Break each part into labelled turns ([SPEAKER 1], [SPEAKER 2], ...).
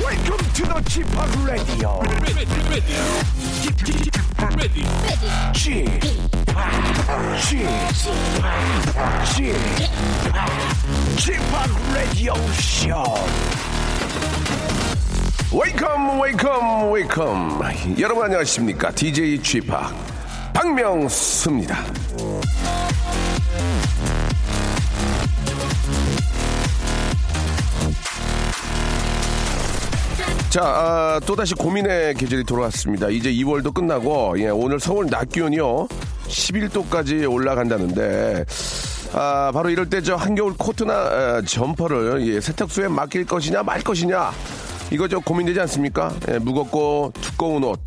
[SPEAKER 1] Welcome to the Chip Radio. Chip, Chip, Chip Radio Show.
[SPEAKER 2] 웨이컴 웨이컴 웨이컴 여러분 안녕하십니까 DJ 취팍 박명수입니다 자 아, 또다시 고민의 계절이 돌아왔습니다 이제 2월도 끝나고 예, 오늘 서울 낮 기온이요 11도까지 올라간다는데 아, 바로 이럴 때 저 한겨울 코트나 아, 점퍼를 예, 세탁소에 맡길 것이냐 말 것이냐 이거 저 고민되지 않습니까? 예, 무겁고 두꺼운 옷.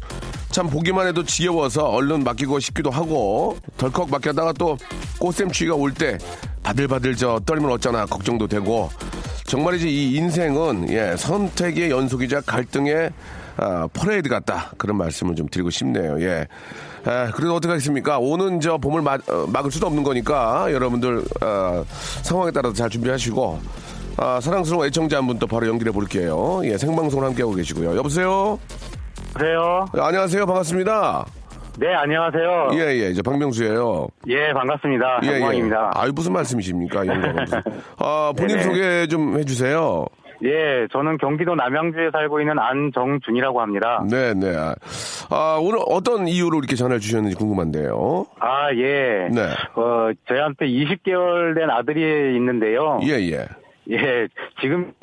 [SPEAKER 2] 참 보기만 해도 지겨워서 얼른 맡기고 싶기도 하고 덜컥 맡겼다가 또 꽃샘추위가 올 때 바들바들 저 떨면 어쩌나 걱정도 되고 정말이지 이 인생은 예, 선택의 연속이자 갈등의 아, 퍼레이드 같다 그런 말씀을 좀 드리고 싶네요. 예. 아, 그래도 어떻게 하겠습니까? 오는 저 봄을 막, 어, 막을 수도 없는 거니까 여러분들 아, 상황에 따라서 잘 준비하시고 아, 사랑스러운 애청자 한 분 또 바로 연결해 볼게요. 예, 생방송을 함께하고 계시고요. 여보세요?
[SPEAKER 3] 안녕하세요.
[SPEAKER 2] 아, 안녕하세요. 반갑습니다.
[SPEAKER 3] 네, 안녕하세요.
[SPEAKER 2] 예, 예. 이제 박명수예요.
[SPEAKER 3] 예, 반갑습니다.
[SPEAKER 2] 예,
[SPEAKER 3] 영광입니다.
[SPEAKER 2] 아유, 무슨 말씀이십니까? 이런 거 무슨. 아, 본인
[SPEAKER 3] 네네.
[SPEAKER 2] 소개 좀 해주세요.
[SPEAKER 3] 예, 저는 경기도 남양주에 살고 있는 안정준이라고 합니다.
[SPEAKER 2] 음. 네네. 아, 오늘 어떤 이유로 이렇게 전화를 주셨는지 궁금한데요.
[SPEAKER 3] 아, 예.
[SPEAKER 2] 네.
[SPEAKER 3] 어, 저한테 20개월 된 아들이 있는데요.
[SPEAKER 2] 예, 예.
[SPEAKER 3] 예, 지금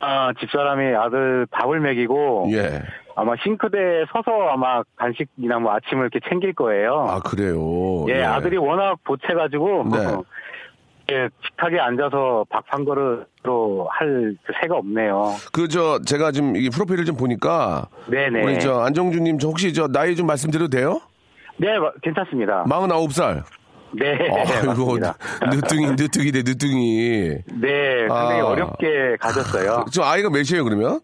[SPEAKER 3] 아, 집사람이 아들 밥을 먹이고
[SPEAKER 2] 예.
[SPEAKER 3] 아마 싱크대에 서서 아마 간식이나 뭐 아침을 이렇게 챙길 거예요.
[SPEAKER 2] 아, 그래요.
[SPEAKER 3] 어. 예, 아들이 워낙 보채가지고 뭐,
[SPEAKER 2] 네.
[SPEAKER 3] 예, 식탁에 앉아서 밥 한 그릇으로 할그 새가 없네요.
[SPEAKER 2] 그, 저, 제가 지금 이 프로필을 좀 보니까.
[SPEAKER 3] 네네.
[SPEAKER 2] 우리 저, 안정주님, 저 혹시 저, 나이 좀 말씀드려도 돼요?
[SPEAKER 3] 네, 마- 괜찮습니다.
[SPEAKER 2] 49살.
[SPEAKER 3] 네,
[SPEAKER 2] 아이고,
[SPEAKER 3] 맞습니다.
[SPEAKER 2] 늦둥이, 늦둥이네, 늦둥이.
[SPEAKER 3] 네, 굉장히
[SPEAKER 2] 아.
[SPEAKER 3] 어렵게 가졌어요.
[SPEAKER 2] 저 아이가 몇이에요, 그러면?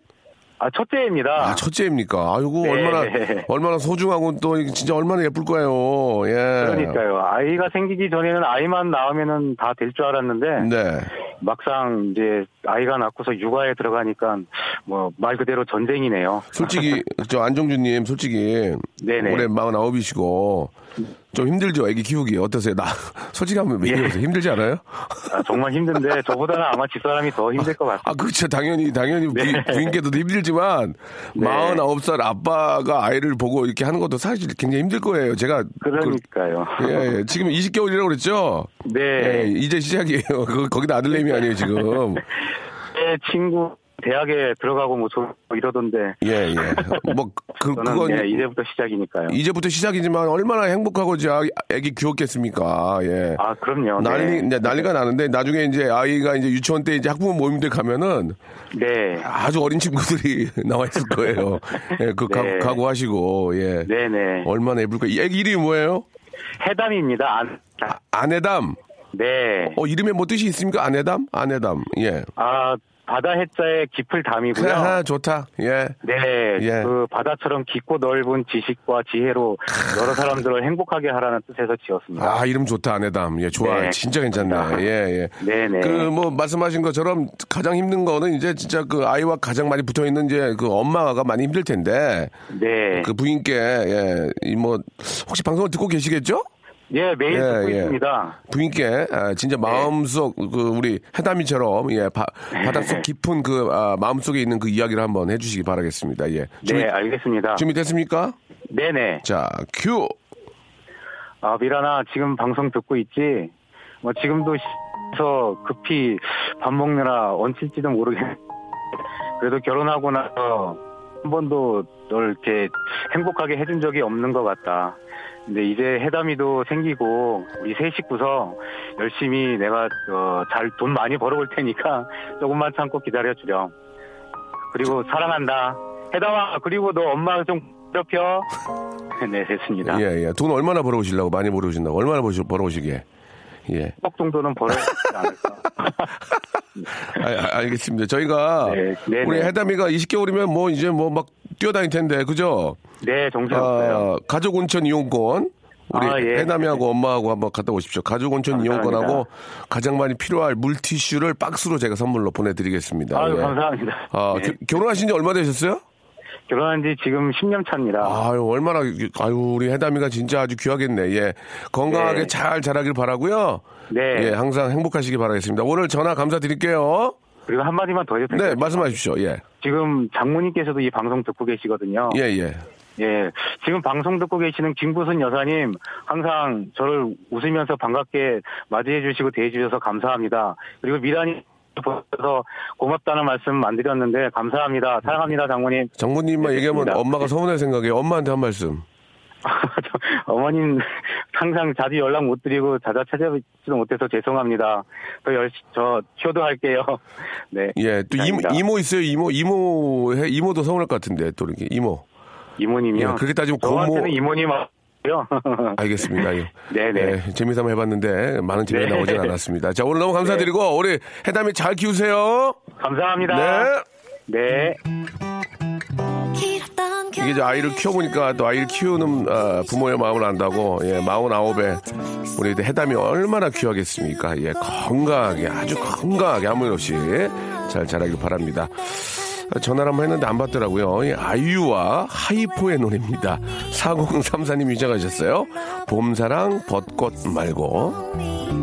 [SPEAKER 3] 아, 첫째입니다.
[SPEAKER 2] 아, 첫째입니까? 아이고,
[SPEAKER 3] 네.
[SPEAKER 2] 얼마나, 얼마나 소중하고 또 이게 진짜 얼마나 예쁠 거예요. 예.
[SPEAKER 3] 그러니까요. 아이가 생기기 전에는 아이만 낳으면은 다 될 줄 알았는데
[SPEAKER 2] 네.
[SPEAKER 3] 막상 이제 아이가 낳고서 육아에 들어가니까 뭐 말 그대로 전쟁이네요.
[SPEAKER 2] 솔직히, 저 안정주님, 솔직히.
[SPEAKER 3] 네네.
[SPEAKER 2] 올해 49이시고. 좀 힘들죠, 애기 키우기. 어떠세요? 나, 솔직히 한번 얘기해보세요.
[SPEAKER 3] 예.
[SPEAKER 2] 힘들지 않아요?
[SPEAKER 3] 아, 정말 힘든데 저보다는 아마 집사람이 더 힘들 것 같아요.
[SPEAKER 2] 아, 그렇죠. 당연히, 당연히
[SPEAKER 3] 네.
[SPEAKER 2] 부, 부인께도 힘들지만, 49살 아빠가 아이를 보고 이렇게 하는 것도 사실 굉장히 힘들 거예요. 제가. 그-
[SPEAKER 3] 그러니까요.
[SPEAKER 2] 예, 예. 지금 20개월이라고 그랬죠? 예,
[SPEAKER 3] 네,
[SPEAKER 2] 이제 시작이에요. 그, 거기다 아들내미 아니에요, 지금.
[SPEAKER 3] 제 친구 대학에 들어가고 뭐 졸업 이러던데
[SPEAKER 2] 예, 예. 뭐, 그,
[SPEAKER 3] 저는
[SPEAKER 2] 그건.
[SPEAKER 3] 예, 이제부터 시작이니까요.
[SPEAKER 2] 부터 시작이지만 얼마나 행복하고 이제 아기- 애기 귀엽겠습니까? 예.
[SPEAKER 3] 아, 그럼요. 네.
[SPEAKER 2] 난리, 이제 난리가 나는데 나중에 이제 아이가 이제 유치원 때 이제 학부모 모임들 가면은
[SPEAKER 3] 네.
[SPEAKER 2] 아주 어린 친구들이 나와 있을 거예요. 예, 그
[SPEAKER 3] 네.
[SPEAKER 2] 각, 각오하시고, 예.
[SPEAKER 3] 네네.
[SPEAKER 2] 얼마나 예쁠까. 이 애기 이름이 뭐예요?
[SPEAKER 3] 해담입니다. 안,
[SPEAKER 2] 아, 아내담.
[SPEAKER 3] 네.
[SPEAKER 2] 어, 이름에 뭐 뜻이 있습니까? 아내담? 아내담. 예.
[SPEAKER 3] 아, 바다 해자의 깊을 담이고요.
[SPEAKER 2] 하하, 좋다. 예.
[SPEAKER 3] 네,
[SPEAKER 2] 예.
[SPEAKER 3] 그 바다처럼 깊고 넓은 지식과 지혜로 여러 사람들을 행복하게 하라는 뜻에서 지었습니다.
[SPEAKER 2] 아 이름 좋다 아내담 예 좋아
[SPEAKER 3] 네.
[SPEAKER 2] 진짜 괜찮네
[SPEAKER 3] 감사합니다.
[SPEAKER 2] 예예
[SPEAKER 3] 네네.
[SPEAKER 2] 그 뭐 말씀하신 것처럼 가장 힘든 거는 이제 진짜 그 아이와 가장 많이 붙어 있는 이제 그 엄마가 많이 힘들 텐데
[SPEAKER 3] 네,
[SPEAKER 2] 그 부인께 예이뭐 혹시 방송을 듣고 계시겠죠
[SPEAKER 3] 예 매일
[SPEAKER 2] 예,
[SPEAKER 3] 듣고
[SPEAKER 2] 예.
[SPEAKER 3] 있습니다.
[SPEAKER 2] 부인께 아, 진짜
[SPEAKER 3] 네.
[SPEAKER 2] 마음속 그 우리 해담이처럼 예 바, 바닷속 깊은 그 아, 마음속에 있는 그 이야기를 한번 해주시기 바라겠습니다 예 준비
[SPEAKER 3] 네, 알겠습니다.
[SPEAKER 2] 준비됐습니까
[SPEAKER 3] 네네.
[SPEAKER 2] 자큐
[SPEAKER 3] 아 미란아, 지금 방송 듣고 있지? 뭐 지금도 서 급히 밥 먹느라 얹힐지도 모르겠. 그래도 결혼하고 나서 한 번도 널 이렇게 행복하게 해준 적이 없는 것 같다. 근데 이제 해담이도 생기고 우리 세 식구서 열심히 내가 어, 잘 돈 많이 벌어올 테니까 조금만 참고 기다려 주렴. 그리고 사랑한다. 해담아 그리고 너 엄마 좀 괴롭혀. 네 됐습니다.
[SPEAKER 2] 예, 예. 돈 얼마나 벌어오시려고 많이 벌어오신다고 얼마나 벌어- 벌어오시게. 예.
[SPEAKER 3] 억 정도는 벌어야 되지 않을까.
[SPEAKER 2] 아, 아, 알겠습니다. 저희가
[SPEAKER 3] 네, 네,
[SPEAKER 2] 우리
[SPEAKER 3] 네.
[SPEAKER 2] 해담이가 20개월이면 뭐 이제 뭐 막 뛰어다닐 텐데 그죠?
[SPEAKER 3] 네 정신 없어요.
[SPEAKER 2] 아, 가족 온천 이용권 우리
[SPEAKER 3] 아, 예.
[SPEAKER 2] 해남이하고 엄마하고 한번 갔다 오십시오. 가족 온천
[SPEAKER 3] 감사합니다.
[SPEAKER 2] 이용권하고 가장 많이 필요할 물티슈를 박스로 제가 선물로 보내드리겠습니다.
[SPEAKER 3] 아유
[SPEAKER 2] 예.
[SPEAKER 3] 감사합니다.
[SPEAKER 2] 아,
[SPEAKER 3] 네.
[SPEAKER 2] 겨- 결혼하신 지 얼마 되셨어요?
[SPEAKER 3] 결혼한 지 지금 10년 차입니다.
[SPEAKER 2] 아유 얼마나 아유 우리 해담이가 진짜 아주 귀하겠네. 예 건강하게
[SPEAKER 3] 네.
[SPEAKER 2] 잘 자라길 바라고요.
[SPEAKER 3] 네.
[SPEAKER 2] 예 항상 행복하시기 바라겠습니다. 오늘 전화 감사드릴게요.
[SPEAKER 3] 그리고 한마디만 더 해도
[SPEAKER 2] 네
[SPEAKER 3] 될까요?
[SPEAKER 2] 말씀하십시오. 예
[SPEAKER 3] 지금 장모님께서도 이 방송 듣고 계시거든요.
[SPEAKER 2] 예, 예.
[SPEAKER 3] 예. 지금 방송 듣고 계시는 김구순 여사님, 항상 저를 웃으면서 반갑게 맞이해 주시고 대해 주셔서 감사합니다. 그리고 미란이 보셔서 고맙다는 말씀 안 드렸는데 감사합니다. 사랑합니다, 장모님.
[SPEAKER 2] 장모님만
[SPEAKER 3] 네,
[SPEAKER 2] 얘기하면
[SPEAKER 3] 됐습니다.
[SPEAKER 2] 엄마가 서운할 생각에 엄마한테 한 말씀.
[SPEAKER 3] 저 어머님 항상 자주 연락 못 드리고 자주 찾아뵙지도 못해서 죄송합니다. 더 열심 저 효도할게요. 네.
[SPEAKER 2] 예, 또 이모,
[SPEAKER 3] 감사합니다.
[SPEAKER 2] 이모 있어요, 이모, 이모, 해, 이모도 서운할 것 같은데, 또 이렇게, 이모.
[SPEAKER 3] 이모님이요.
[SPEAKER 2] 예, 그렇게 따지면
[SPEAKER 3] 저한테는
[SPEAKER 2] 고모-
[SPEAKER 3] 이모님 하고요.
[SPEAKER 2] 알겠습니다. 예.
[SPEAKER 3] 네네.
[SPEAKER 2] 예, 재미삼아 해봤는데, 많은 재미가
[SPEAKER 3] 네.
[SPEAKER 2] 나오진 않았습니다. 자, 오늘 너무 감사드리고, 우리 해담이 잘 키우세요.
[SPEAKER 3] 감사합니다.
[SPEAKER 2] 네.
[SPEAKER 3] 네.
[SPEAKER 2] 이게 이제 아이를 키워보니까 또 아이를 키우는 아, 부모의 마음을 안다고, 예, 마흔아홉에 우리 해담이 얼마나 귀하겠습니까? 예, 건강하게, 아주 건강하게, 아무 일 없이 잘 자라길 바랍니다. 아, 전화를 한번 했는데 안 받더라고요. 예, 아이유와 하이포의 노래입니다. 4034님이 시작하셨어요. 봄사랑 벚꽃 말고.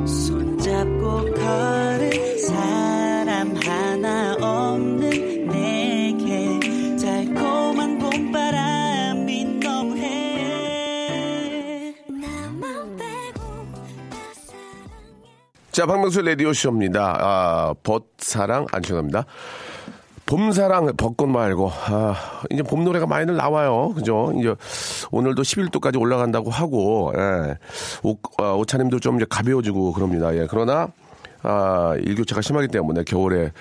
[SPEAKER 4] 손잡고 걸은 사람 하나 없는 내게 달콤한 봄바람이 너무해 나만 빼고 다 사랑해
[SPEAKER 2] 자, 박명수 레디오 쇼입니다. 아, 벚사랑, 안 죄송합니다. 봄사랑, 벚꽃 말고, 아, 이제 봄 노래가 많이들 나와요. 그죠? 이제 오늘도 11도까지 올라간다고 하고, 예. 오, 아, 오차님도 좀 이제 가벼워지고 그럽니다. 예. 그러나, 아, 일교차가 심하기 때문에 겨울에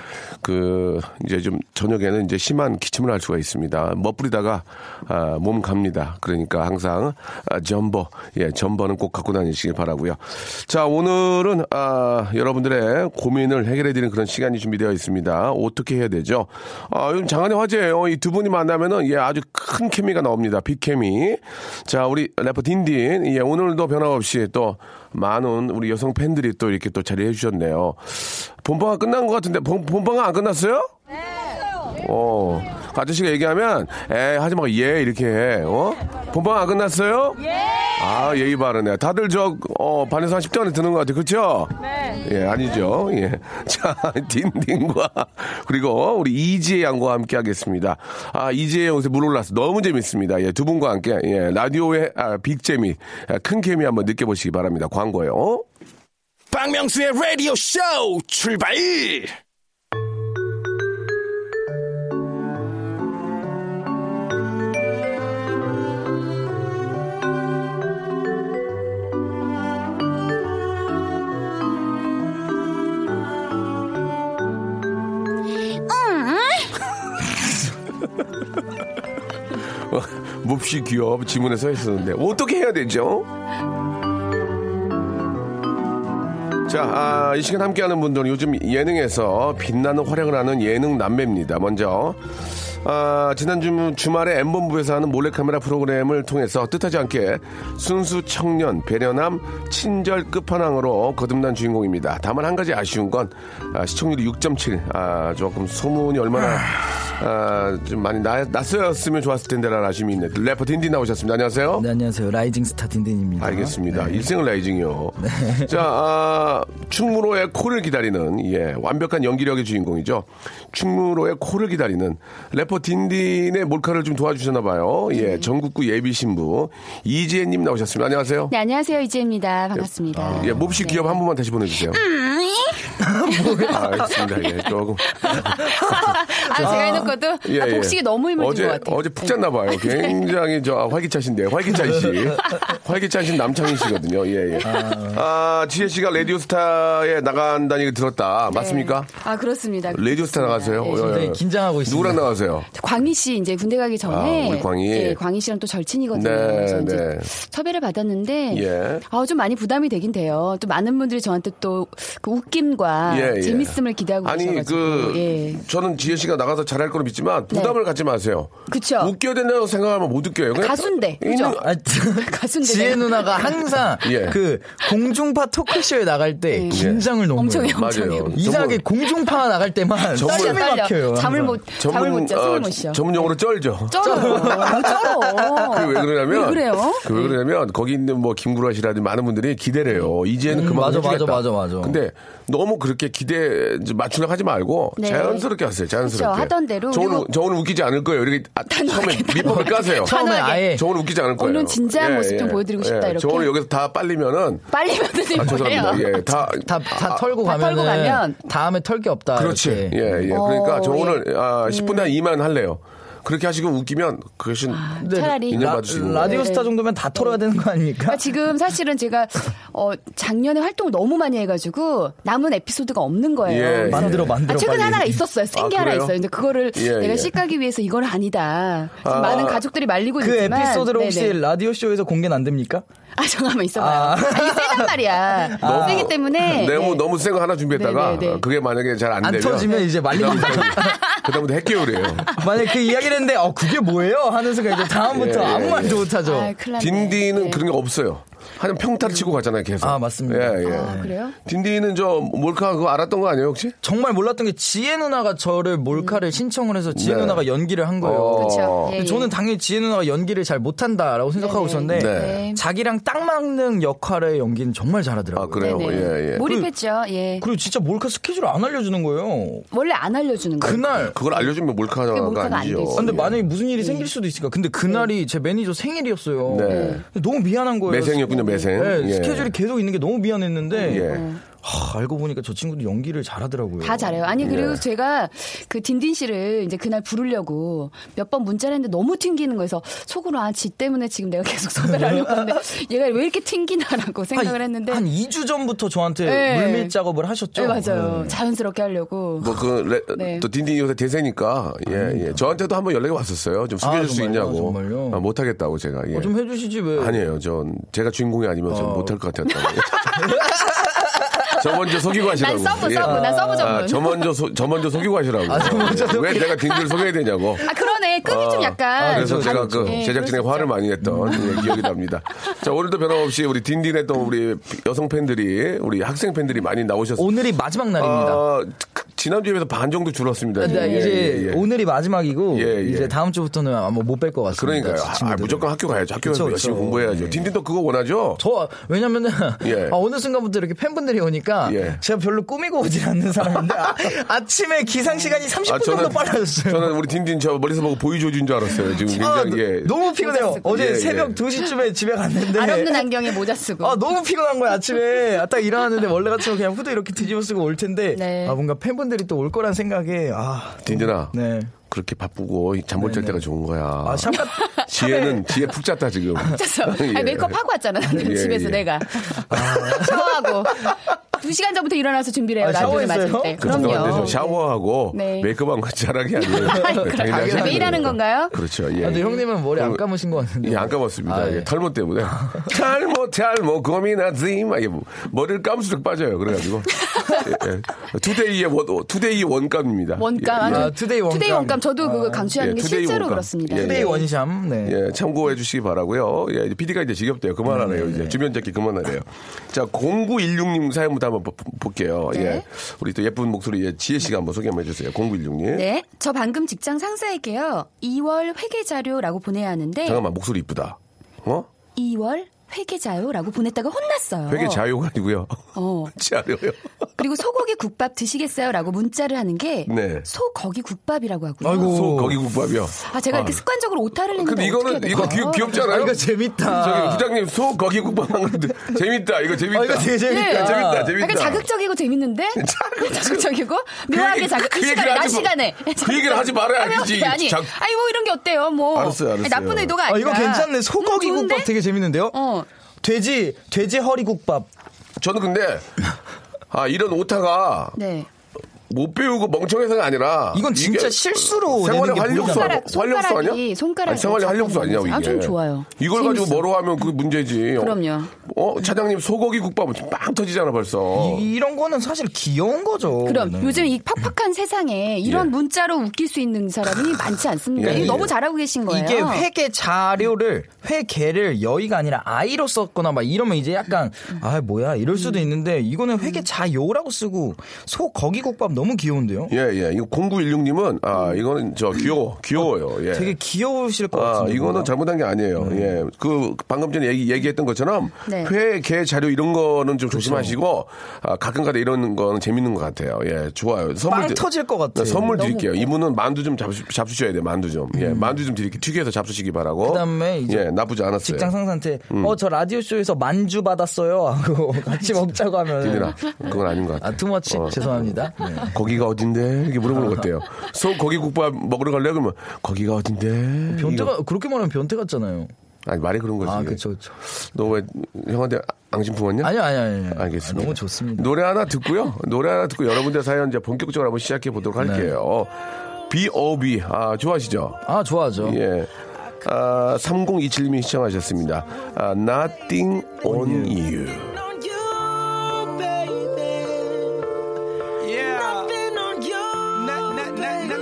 [SPEAKER 2] 그, 이제 좀 저녁에는 이제 심한 기침을 할 수가 있습니다. 멋부리다가, 아, 몸 갑니다. 그러니까 항상, 아, 점버, 예, 점버는 꼭 갖고 다니시길 바라고요 자, 오늘은, 아, 여러분들의 고민을 해결해드리는 그런 시간이 준비되어 있습니다. 어떻게 해야 되죠? 아, 요즘 장안의 화제예요. 이 두 분이 만나면은, 예, 아주 큰 케미가 나옵니다. 빅케미. 자, 우리 래퍼 딘딘. 예, 오늘도 변함없이 또 많은 우리 여성 팬들이 또 이렇게 또 자리해 주셨네요. 본방아 끝난 것 같은데, 본, 본방아 안 끝났어요? 어, 그 아저씨가 얘기하면, 에 하지 마, 예, 이렇게 해. 어? 본방 안 끝났어요? 예! 아, 예의 바르네. 다들 저, 어, 반에서 한 10대 안에 드는 것 같아요. 그쵸? 네. 예, 아니죠. 예. 자, 딘딘과, 그리고 우리 이지혜 양과 함께 하겠습니다. 아, 이지혜 여기서 물 올랐어. 너무 재밌습니다. 예, 두 분과 함께, 예, 라디오의 아, 빅재미, 아, 큰 케미 한번 느껴보시기 바랍니다. 광고요.
[SPEAKER 1] 박명수의 라디오 쇼 출발!
[SPEAKER 2] 어? 몹시 귀여워 지문에서 했었는데 어떻게 해야 되죠? 자, 아, 이 시간 함께하는 분들은 요즘 예능에서 빛나는 활약을 하는 예능 남매입니다. 먼저 아, 지난 주, 주말에 M본부에서 하는 몰래카메라 프로그램을 통해서 뜻하지 않게 순수 청년, 배려남, 친절 끝판왕으로 거듭난 주인공입니다. 다만 한 가지 아쉬운 건 아, 시청률이 6.7. 아, 조금 소문이 얼마나 아, 좀 많이 나, 났었으면 좋았을 텐데라는 아쉬움이 있네. 래퍼 딘딘 나오셨습니다. 안녕하세요.
[SPEAKER 5] 네, 안녕하세요. 라이징 스타 딘딘입니다.
[SPEAKER 2] 알겠습니다.
[SPEAKER 5] 네.
[SPEAKER 2] 일생을 라이징이요. 자, 아, 충무로의 코를 기다리는, 예, 완벽한 연기력의 주인공이죠. 충무로의 코를 기다리는 래퍼 딘딘의 몰카를 좀 도와주셨나봐요. 예, 전국구 예비신부 이지혜님 나오셨습니다. 안녕하세요.
[SPEAKER 6] 네, 안녕하세요. 이지혜입니다. 반갑습니다.
[SPEAKER 2] 예, 몹시 기업 한 번만 다시 보내주세요. 아, 알겠습니다. 예, 조금.
[SPEAKER 6] 아, 제가 해놓고도
[SPEAKER 2] 예,
[SPEAKER 6] 아,
[SPEAKER 2] 예.
[SPEAKER 6] 복식이 너무 힘을
[SPEAKER 2] 어제,
[SPEAKER 6] 든것 같아요.
[SPEAKER 2] 어제 푹 잤나 봐요. 굉장히 저 아, 활기차신데 활기찬 씨, 활기찬 씨 남창희 씨거든요. 예, 예. 아 지혜 씨가 라디오스타에 나간다는 얘기 들었다. 맞습니까?
[SPEAKER 6] 아 그렇습니다.
[SPEAKER 2] 라디오스타 나가세요?
[SPEAKER 6] 네.
[SPEAKER 2] 어, 예, 예.
[SPEAKER 5] 굉장히 긴장하고 있습니다.
[SPEAKER 2] 누구랑 나가세요?
[SPEAKER 6] 광희 씨 이제 군대 가기 전에
[SPEAKER 2] 아, 우리 광희.
[SPEAKER 6] 예, 광희 씨랑 또 절친이거든요.
[SPEAKER 2] 네,
[SPEAKER 6] 그래서 이제
[SPEAKER 2] 네.
[SPEAKER 6] 섭외를 받았는데
[SPEAKER 2] 예.
[SPEAKER 6] 아, 좀 많이 부담이 되긴 돼요. 또 많은 분들이 저한테 또 그 웃김과
[SPEAKER 2] 예, 예.
[SPEAKER 6] 재밌음을 기대하고
[SPEAKER 2] 아니
[SPEAKER 6] 계셔가지고
[SPEAKER 2] 그
[SPEAKER 6] 예.
[SPEAKER 2] 저는 지혜 씨가 나가서 잘할 거로 믿지만 부담을 갖지 마세요.
[SPEAKER 6] 그쵸.
[SPEAKER 2] 웃겨야 된다고 생각하면 못 웃겨요. 그냥
[SPEAKER 6] 가수인데,
[SPEAKER 2] 있는-
[SPEAKER 6] 그죠?
[SPEAKER 5] 아,
[SPEAKER 6] 가수인데
[SPEAKER 5] 지혜
[SPEAKER 6] 내가.
[SPEAKER 5] 누나가 항상
[SPEAKER 2] 예.
[SPEAKER 5] 그 공중파 토크쇼에 나갈 때
[SPEAKER 6] 예.
[SPEAKER 5] 긴장을 너무
[SPEAKER 6] 엄청
[SPEAKER 5] 해요.
[SPEAKER 6] 해요.
[SPEAKER 2] 맞아요.
[SPEAKER 5] 이상하게 공중파 나갈 때만
[SPEAKER 2] 정말-
[SPEAKER 5] 숨이
[SPEAKER 6] 떨려, 떨려.
[SPEAKER 5] 막혀요.
[SPEAKER 6] 잠을 못 잠을 못 자, 숨을
[SPEAKER 2] 어,
[SPEAKER 6] 못 쉬어.
[SPEAKER 2] 전문 용어로 쩔죠.
[SPEAKER 6] 쩔어, 쩔어. 아,
[SPEAKER 2] 그게 왜 그러냐면
[SPEAKER 6] 왜 그래요? 예.
[SPEAKER 2] 그왜 그러냐면 거기 있는 뭐 김구라 씨라든지 많은 분들이 기대를 해요. 이제는
[SPEAKER 6] 음,
[SPEAKER 2] 그만
[SPEAKER 5] 맞아,
[SPEAKER 2] 해주겠다.
[SPEAKER 5] 맞아, 맞아, 맞아.
[SPEAKER 2] 근데 너무 그렇게 기대 이제 맞추려고 하지 말고
[SPEAKER 6] 네.
[SPEAKER 2] 자연스럽게 하세요. 자연스럽게.
[SPEAKER 6] 그쵸, 하던 대로.
[SPEAKER 2] 저 오늘
[SPEAKER 6] 그리고-
[SPEAKER 2] 저 오늘 웃기지 않을 거예요. 이렇게 아, 처음에
[SPEAKER 6] 단호하게,
[SPEAKER 2] 밑밥을 까세요.
[SPEAKER 5] 처음에
[SPEAKER 6] 단호하게.
[SPEAKER 5] 아예
[SPEAKER 2] 저 오늘 웃기지 않을 거예요. 예.
[SPEAKER 6] 오늘은 진지한 모습 좀 보여드리고 싶다, 이렇게.
[SPEAKER 2] 저 오늘 여기서 다 빨리면은
[SPEAKER 6] 빨리 받으세요.
[SPEAKER 2] 아, 죄송합니다. 예, 다,
[SPEAKER 5] 다, 다 털고
[SPEAKER 6] 다
[SPEAKER 5] 가면
[SPEAKER 6] 털고 가면
[SPEAKER 5] 다음에 털 게 없다.
[SPEAKER 2] 그렇지.
[SPEAKER 5] 이렇게.
[SPEAKER 2] 예, 예. 그러니까
[SPEAKER 6] 어,
[SPEAKER 2] 저
[SPEAKER 6] 예.
[SPEAKER 2] 오늘 아, 10분에 한 2만 할래요. 그렇게 하시고 웃기면 그것은
[SPEAKER 5] 근데
[SPEAKER 6] 아, 차라리.
[SPEAKER 2] 인연
[SPEAKER 5] 라-
[SPEAKER 2] 받으시고.
[SPEAKER 5] 라디오 스타 정도면 다 털어야 되는 거 아닙니까?
[SPEAKER 6] 네. 그러니까 지금 사실은 제가 어, 작년에 활동을 너무 많이 해가지고 남은 에피소드가 없는
[SPEAKER 2] 예,
[SPEAKER 6] 거예요. 그래서
[SPEAKER 5] 만들어, 만들어,
[SPEAKER 6] 아, 최근 에
[SPEAKER 5] 빨리.
[SPEAKER 6] 하나가 있었어요. 센 게
[SPEAKER 2] 아,
[SPEAKER 6] 하나
[SPEAKER 2] 그래요?
[SPEAKER 6] 있어요. 근데 그거를
[SPEAKER 2] 예,
[SPEAKER 6] 내가
[SPEAKER 2] 예.
[SPEAKER 6] 씻가기 위해서 이건 아니다. 지금
[SPEAKER 2] 아,
[SPEAKER 6] 많은 가족들이 말리고
[SPEAKER 5] 그
[SPEAKER 6] 있지만
[SPEAKER 5] 에피소드를 혹시
[SPEAKER 6] 네네.
[SPEAKER 5] 라디오 쇼에서 공개는 안 됩니까?
[SPEAKER 6] 아 잠깐만 있어봐요. 아. 이게 세단 말이야. 세기 때문에
[SPEAKER 2] 너무 뭐
[SPEAKER 6] 네.
[SPEAKER 2] 너무 센 거 하나 준비했다가
[SPEAKER 6] 네, 네, 네.
[SPEAKER 2] 그게 만약에 잘 안
[SPEAKER 5] 안
[SPEAKER 2] 되면
[SPEAKER 5] 터지면 이제 말립니다.
[SPEAKER 2] 그다음부터 핵개울이에요.
[SPEAKER 5] 만약 그 이야기를 했는데 어 그게 뭐예요? 하는 순간 이제 다음부터
[SPEAKER 2] 예, 예,
[SPEAKER 5] 아무 말도
[SPEAKER 2] 예.
[SPEAKER 5] 못 하죠.
[SPEAKER 6] 아, 큰일 났네.
[SPEAKER 2] 딘딘은
[SPEAKER 6] 네.
[SPEAKER 2] 그런 게 없어요. 하여튼 평타를 치고 가잖아요, 계속.
[SPEAKER 5] 아, 맞습니다.
[SPEAKER 2] 예, 예.
[SPEAKER 6] 아, 그래요?
[SPEAKER 2] 딘딘은 저 몰카 그거 알았던 거 아니에요, 혹시?
[SPEAKER 5] 정말 몰랐던 게 지혜 누나가 저를 몰카를 신청을 해서 지혜
[SPEAKER 2] 네.
[SPEAKER 5] 누나가 연기를 한 거예요.
[SPEAKER 2] 어.
[SPEAKER 6] 그렇죠.
[SPEAKER 2] 어.
[SPEAKER 6] 예, 예.
[SPEAKER 5] 저는 당연히 지혜 누나가 연기를 잘 못한다라고 생각하고 있었는데
[SPEAKER 2] 네.
[SPEAKER 5] 자기랑 딱 맞는 역할의 연기는 정말 잘하더라고요.
[SPEAKER 2] 아, 그래요.
[SPEAKER 6] 네네.
[SPEAKER 2] 예, 예.
[SPEAKER 6] 몰입했죠. 예.
[SPEAKER 5] 그리고 진짜 몰카 스케줄 안 알려주는 거예요.
[SPEAKER 6] 원래 안 알려주는 거예요.
[SPEAKER 5] 그날
[SPEAKER 2] 아, 그걸 알려주면
[SPEAKER 6] 그게
[SPEAKER 2] 몰카가
[SPEAKER 6] 몰카가 안
[SPEAKER 2] 아니죠.
[SPEAKER 6] 되지.
[SPEAKER 5] 아, 근데
[SPEAKER 2] 예.
[SPEAKER 5] 만약에 무슨 일이 생길 수도 있으니까. 근데
[SPEAKER 6] 네.
[SPEAKER 5] 그날이 제 매니저 생일이었어요.
[SPEAKER 2] 네.
[SPEAKER 5] 너무 미안한 거예요.
[SPEAKER 2] 매생이었군요, 매생.
[SPEAKER 5] 네,
[SPEAKER 2] 예.
[SPEAKER 5] 스케줄이 계속 있는 게 너무 미안했는데
[SPEAKER 6] 어.
[SPEAKER 2] 예.
[SPEAKER 5] 하, 알고 보니까 저 친구도 연기를 잘하더라고요.
[SPEAKER 6] 다 잘해요. 아니 그리고 제가 그 딘딘 씨를 이제 그날 부르려고 몇 번 문자를 했는데 너무 튕기는 거에서 속으로 아 지 때문에 지금 내가 계속 섭외를 하려고 하는데 얘가 왜 이렇게 튕기나라고
[SPEAKER 5] 한-
[SPEAKER 6] 생각을 했는데
[SPEAKER 5] 한 2주 전부터 저한테
[SPEAKER 6] 네.
[SPEAKER 5] 물밀 작업을 하셨죠?
[SPEAKER 6] 네, 맞아요. 자연스럽게 하려고.
[SPEAKER 2] 뭐그
[SPEAKER 6] 네.
[SPEAKER 2] 또 딘딘이 요새 대세니까 예, 예. 저한테도 한번 연락이 왔었어요. 좀
[SPEAKER 5] 아,
[SPEAKER 2] 소개해 줄 수
[SPEAKER 5] 정말요?
[SPEAKER 2] 있냐고.
[SPEAKER 5] 정말요?
[SPEAKER 2] 아, 못 하겠다고 제가. 예.
[SPEAKER 5] 어, 좀 해주시지 왜?
[SPEAKER 2] 아니에요. 전 제가 주인공이 아니면
[SPEAKER 5] 어.
[SPEAKER 2] 전 못할 것 같았다고. 저 먼저 속이고 하시라고.
[SPEAKER 6] 난 서브 서브 난 서브 전문.
[SPEAKER 2] 아, 저 먼저 소, 저 먼저 속이고 하시라고.
[SPEAKER 5] 아, 저 먼저
[SPEAKER 2] 예. 왜 내가 딘딘을 속여야 되냐고.
[SPEAKER 6] 아 그러네 끈이 좀 약간.
[SPEAKER 2] 아, 그래서 제가 그
[SPEAKER 6] 예,
[SPEAKER 2] 제작진의
[SPEAKER 6] 그럴
[SPEAKER 2] 화를
[SPEAKER 6] 수 있죠. 음.
[SPEAKER 2] 많이 냈던 예, 기억이 납니다. 자 오늘도 변함없이 우리 딘딘의 또 우리 여성 팬들이 우리 학생 팬들이 많이 나오셨습니다.
[SPEAKER 5] 오늘이 마지막 날입니다.
[SPEAKER 2] 아, 그- 지난주에 비해서 반 정도 줄었습니다.
[SPEAKER 5] 네,
[SPEAKER 2] 예,
[SPEAKER 5] 이제
[SPEAKER 2] 예, 예.
[SPEAKER 5] 오늘이 마지막이고
[SPEAKER 2] 예, 예.
[SPEAKER 5] 이제 다음 주부터는 아마 못 뵐 것 같습니다.
[SPEAKER 2] 그러니까요.
[SPEAKER 5] 저
[SPEAKER 2] 아,
[SPEAKER 5] 친구들은.
[SPEAKER 2] 무조건 학교 가야죠. 학교 가서
[SPEAKER 5] 그쵸,
[SPEAKER 2] 열심히
[SPEAKER 5] 그쵸.
[SPEAKER 2] 공부해야죠.
[SPEAKER 5] 예.
[SPEAKER 2] 딘딘도 그거 원하죠?
[SPEAKER 5] 저 왜냐면은
[SPEAKER 2] 예.
[SPEAKER 5] 아, 어느 순간부터 이렇게 팬분들이 오니까
[SPEAKER 2] 예.
[SPEAKER 5] 제가 별로 꾸미고 오질 않는 사람인데 아, 침에 기상 시간이 30분 정도 빨라졌어요.
[SPEAKER 2] 아, 저는 우리 딘딘 저 멀리서 보고 보이조 주인 줄 알았어요. 지금
[SPEAKER 5] 아,
[SPEAKER 2] 굉장히
[SPEAKER 6] 네.
[SPEAKER 2] 예.
[SPEAKER 5] 너무 피곤해요. 어제
[SPEAKER 2] 예, 예.
[SPEAKER 5] 새벽 2시쯤에 집에 갔는데 예.
[SPEAKER 6] 알없는 안경에 모자 쓰고.
[SPEAKER 5] 아 너무 피곤한 거야 아침에 아, 딱 일어났는데 원래 같으면 그냥 후드 이렇게 뒤집어 쓰고 올 텐데
[SPEAKER 6] 네.
[SPEAKER 5] 아 뭔가 팬분들이 또 올 거란 생각에 아
[SPEAKER 2] 딘딘아.
[SPEAKER 5] 네.
[SPEAKER 2] 그렇게 바쁘고 잠
[SPEAKER 6] 네,
[SPEAKER 2] 못 잘 때가 좋은 거야.
[SPEAKER 5] 아, 잠깐
[SPEAKER 2] 지혜는 지혜 푹 잤다 지금.
[SPEAKER 6] 잤어. 아니,
[SPEAKER 2] 예.
[SPEAKER 6] 메이크업 하고 왔잖아. 나는
[SPEAKER 2] 예,
[SPEAKER 6] 집에서
[SPEAKER 2] 예.
[SPEAKER 6] 내가 샤워하고 두 시간 전부터 일어나서 준비를 해요.
[SPEAKER 5] 아,
[SPEAKER 6] 라디오를
[SPEAKER 5] 샤워했어요?
[SPEAKER 6] 맞을 때.
[SPEAKER 2] 그 죄송한데 저
[SPEAKER 6] 그럼요.
[SPEAKER 2] 샤워하고
[SPEAKER 6] 네.
[SPEAKER 2] 메이크업 한거 자랑이 아니에요. 당연히
[SPEAKER 6] 아,
[SPEAKER 2] 하셔야
[SPEAKER 6] 매일 하는
[SPEAKER 2] 됩니다.
[SPEAKER 6] 건가요?
[SPEAKER 2] 그렇죠. 예.
[SPEAKER 5] 아, 근데 형님은 머리 안
[SPEAKER 2] 그럼-
[SPEAKER 5] 감으신 것 같은데
[SPEAKER 2] 예, 안 감았습니다.
[SPEAKER 5] 아,
[SPEAKER 2] 예,
[SPEAKER 5] 예.
[SPEAKER 2] 탈모 때문에. 탈모, 탈모, 고민하지 마. 이게 뭐, 머리를 감수록 빠져요. 그래가지고. 예, 예. 투데이의 원, 투데이 원감입니다.
[SPEAKER 6] 원감.
[SPEAKER 2] 예, 예.
[SPEAKER 5] 아, 투데이 원감.
[SPEAKER 6] 투데이 원감 저도 그거 강추하는
[SPEAKER 2] 예,
[SPEAKER 6] 게
[SPEAKER 2] 투데이
[SPEAKER 6] 실제로
[SPEAKER 2] 원감.
[SPEAKER 6] 그렇습니다.
[SPEAKER 2] 예,
[SPEAKER 5] 투데이 원샴 네.
[SPEAKER 2] 예, 참고해 주시기 바라고요. 예, 이제 PD가 이제 지겹대요. 그만하래요.
[SPEAKER 6] 네.
[SPEAKER 2] 이제 주변 잡기 그만하래요. 자, 0916님 사연부터 한번 보- 보- 볼게요.
[SPEAKER 6] 네.
[SPEAKER 2] 예. 우리 또 예쁜 목소리 예, 지혜 씨가 한번 소개 한번 해주세요. 0916님.
[SPEAKER 6] 네, 저 방금 직장 상사에게요. 2월 회계 자료라고 보내야 하는데
[SPEAKER 2] 잠깐만 목소리 이쁘다. 어?
[SPEAKER 6] 2월 회계자요라고 보냈다가 혼났어요.
[SPEAKER 2] 회계 자유가 아니고요.
[SPEAKER 6] 어.
[SPEAKER 2] 자료요.
[SPEAKER 6] 그리고 소고기 국밥 드시겠어요라고 문자를 하는 게
[SPEAKER 2] 네.
[SPEAKER 6] 소거기 국밥이라고 하고요.
[SPEAKER 5] 아이고.
[SPEAKER 2] 소 거기 국밥이요.
[SPEAKER 6] 아, 제가 이렇게 습관적으로 오타를 내는데
[SPEAKER 2] 근데 이거는
[SPEAKER 6] 어떻게 해야
[SPEAKER 2] 이거 귀,
[SPEAKER 6] 될까요?
[SPEAKER 2] 귀엽지
[SPEAKER 5] 아,
[SPEAKER 2] 않아요?
[SPEAKER 5] 이거 재밌다.
[SPEAKER 2] 저기 부장님 소 거기 국밥 한 건데 재밌다. 이거 재밌다.
[SPEAKER 5] 아, 이거 되게 재밌다.
[SPEAKER 6] 네.
[SPEAKER 2] 재밌다. 재밌다.
[SPEAKER 6] 약간 자극적이고 재밌는데 자극적이고 묘하게
[SPEAKER 2] 얘기-
[SPEAKER 6] 자극.
[SPEAKER 2] 그
[SPEAKER 6] 이
[SPEAKER 2] 얘기를
[SPEAKER 6] 시간에 낮
[SPEAKER 2] 하지 마-
[SPEAKER 6] 시간에
[SPEAKER 2] 그 얘기를 하지 말아야
[SPEAKER 6] 하면
[SPEAKER 2] 알지.
[SPEAKER 6] 어떡해. 아니,
[SPEAKER 2] 자-
[SPEAKER 6] 아니 뭐 이런 게 어때요? 뭐
[SPEAKER 2] 알았어요, 알았어요.
[SPEAKER 6] 나쁜 의도가
[SPEAKER 5] 아,
[SPEAKER 6] 아니라.
[SPEAKER 5] 이거 괜찮네. 소고기
[SPEAKER 6] 음, 좋은데?
[SPEAKER 5] 국밥 되게 재밌는데요?
[SPEAKER 6] 어.
[SPEAKER 5] 돼지, 돼지 허리국밥.
[SPEAKER 2] 저는 근데 아 이런 오타가
[SPEAKER 6] 네.
[SPEAKER 2] 못 배우고 멍청해서가 아니라
[SPEAKER 5] 이건 진짜
[SPEAKER 2] 이게
[SPEAKER 5] 실수로
[SPEAKER 2] 생활의
[SPEAKER 5] 내는 게
[SPEAKER 2] 활력소
[SPEAKER 5] 보이잖아.
[SPEAKER 2] 아니야?
[SPEAKER 6] 손가락,
[SPEAKER 2] 활력소
[SPEAKER 6] 손가락이,
[SPEAKER 2] 아니야?
[SPEAKER 6] 손가락이
[SPEAKER 2] 아니, 생활의 활력소 아니냐고 이게
[SPEAKER 6] 아, 좀 좋아요.
[SPEAKER 2] 이걸 가지고
[SPEAKER 6] 재밌어.
[SPEAKER 2] 뭐로 하면 그게 문제지. 어,
[SPEAKER 6] 그럼요.
[SPEAKER 2] 어 차장님 소고기 국밥은 지금 빵 터지잖아 벌써.
[SPEAKER 5] 이- 이런 거는 사실 귀여운 거죠.
[SPEAKER 6] 그럼
[SPEAKER 5] 네.
[SPEAKER 6] 요즘 이 팍팍한 세상에 이런
[SPEAKER 2] 어, 예.
[SPEAKER 6] 문자로 웃길 수 있는 사람이 많지 않습니다.
[SPEAKER 2] 예,
[SPEAKER 6] 이거
[SPEAKER 2] 예.
[SPEAKER 6] 너무 잘하고 계신 거예요.
[SPEAKER 5] 이게 회계 자료를 회계를 여의가 아니라 아이로 썼거나 막 이러면 이제 약간 아 뭐야
[SPEAKER 6] 음.
[SPEAKER 5] 이럴 수도 있는데 이거는 회계 자요라고 쓰고 소 거기국밥 너무 귀여운데요.
[SPEAKER 2] 예, 예. 이거 0916님은, 아, 이거는 저 귀여워, 귀여워요. 예.
[SPEAKER 5] 되게 귀여우실 것
[SPEAKER 2] 아,
[SPEAKER 5] 같은데. 네.
[SPEAKER 2] 이거는 잘못한 게 아니에요. 예. 그, 방금 전에 얘기, 얘기했던 것처럼,
[SPEAKER 6] 네.
[SPEAKER 2] 회, 개, 자료 이런 거는
[SPEAKER 5] 그렇죠.
[SPEAKER 2] 좀 조심하시고, 아, 가끔 가다 이런 거는 재밌는 것 같아요. 예, 좋아요. 선물.
[SPEAKER 5] 빵
[SPEAKER 2] 드-
[SPEAKER 5] 터질 것 같아.
[SPEAKER 2] 네, 선물
[SPEAKER 6] 너무
[SPEAKER 2] 드릴게요.
[SPEAKER 5] 뭐.
[SPEAKER 2] 이분은 만두 좀 잡수, 잡수셔야 돼요, 만두 좀. 예, 만두 좀 드릴게요. 튀겨서 잡수시기 바라고.
[SPEAKER 5] 음. 그다음에 이제
[SPEAKER 2] 예, 나쁘지 않았어요. 음.
[SPEAKER 5] 직장 상사한테 어 저 라디오 쇼에서 만주 받았어요 하고
[SPEAKER 2] 아,
[SPEAKER 5] 같이 먹자고
[SPEAKER 2] 얘들아,
[SPEAKER 5] 하면
[SPEAKER 2] 그건 아닌 것 같아.
[SPEAKER 5] 아 투머치
[SPEAKER 2] 어.
[SPEAKER 5] 죄송합니다. 네.
[SPEAKER 2] 거기가 어딘데? 이렇게 물어보는 것 같아요. 소 고기 국밥 먹으러 갈래? 그러면, 거기가 어딘데?
[SPEAKER 5] 변태가 그렇게 말하면 변태 같잖아요.
[SPEAKER 2] 아니 말이 그런 거지.
[SPEAKER 5] 아 그렇죠 그렇죠.
[SPEAKER 2] 너 왜 형한테 앙심 품었냐?
[SPEAKER 5] 아니요 아니요 아니요.
[SPEAKER 2] 알겠습니다.
[SPEAKER 5] 아, 너무 좋습니다.
[SPEAKER 2] 노래 하나 듣고요. 노래 하나 듣고 여러분들 사연 이제 본격적으로 한번 시작해 보도록
[SPEAKER 5] 네.
[SPEAKER 2] 할게요. B.O.B. 아 좋아하시죠?
[SPEAKER 5] 아 좋아하죠.
[SPEAKER 2] 예. 아, 3027님이 시청하셨습니다. 아, Nothing on You.
[SPEAKER 4] on you, baby. Nothing on you.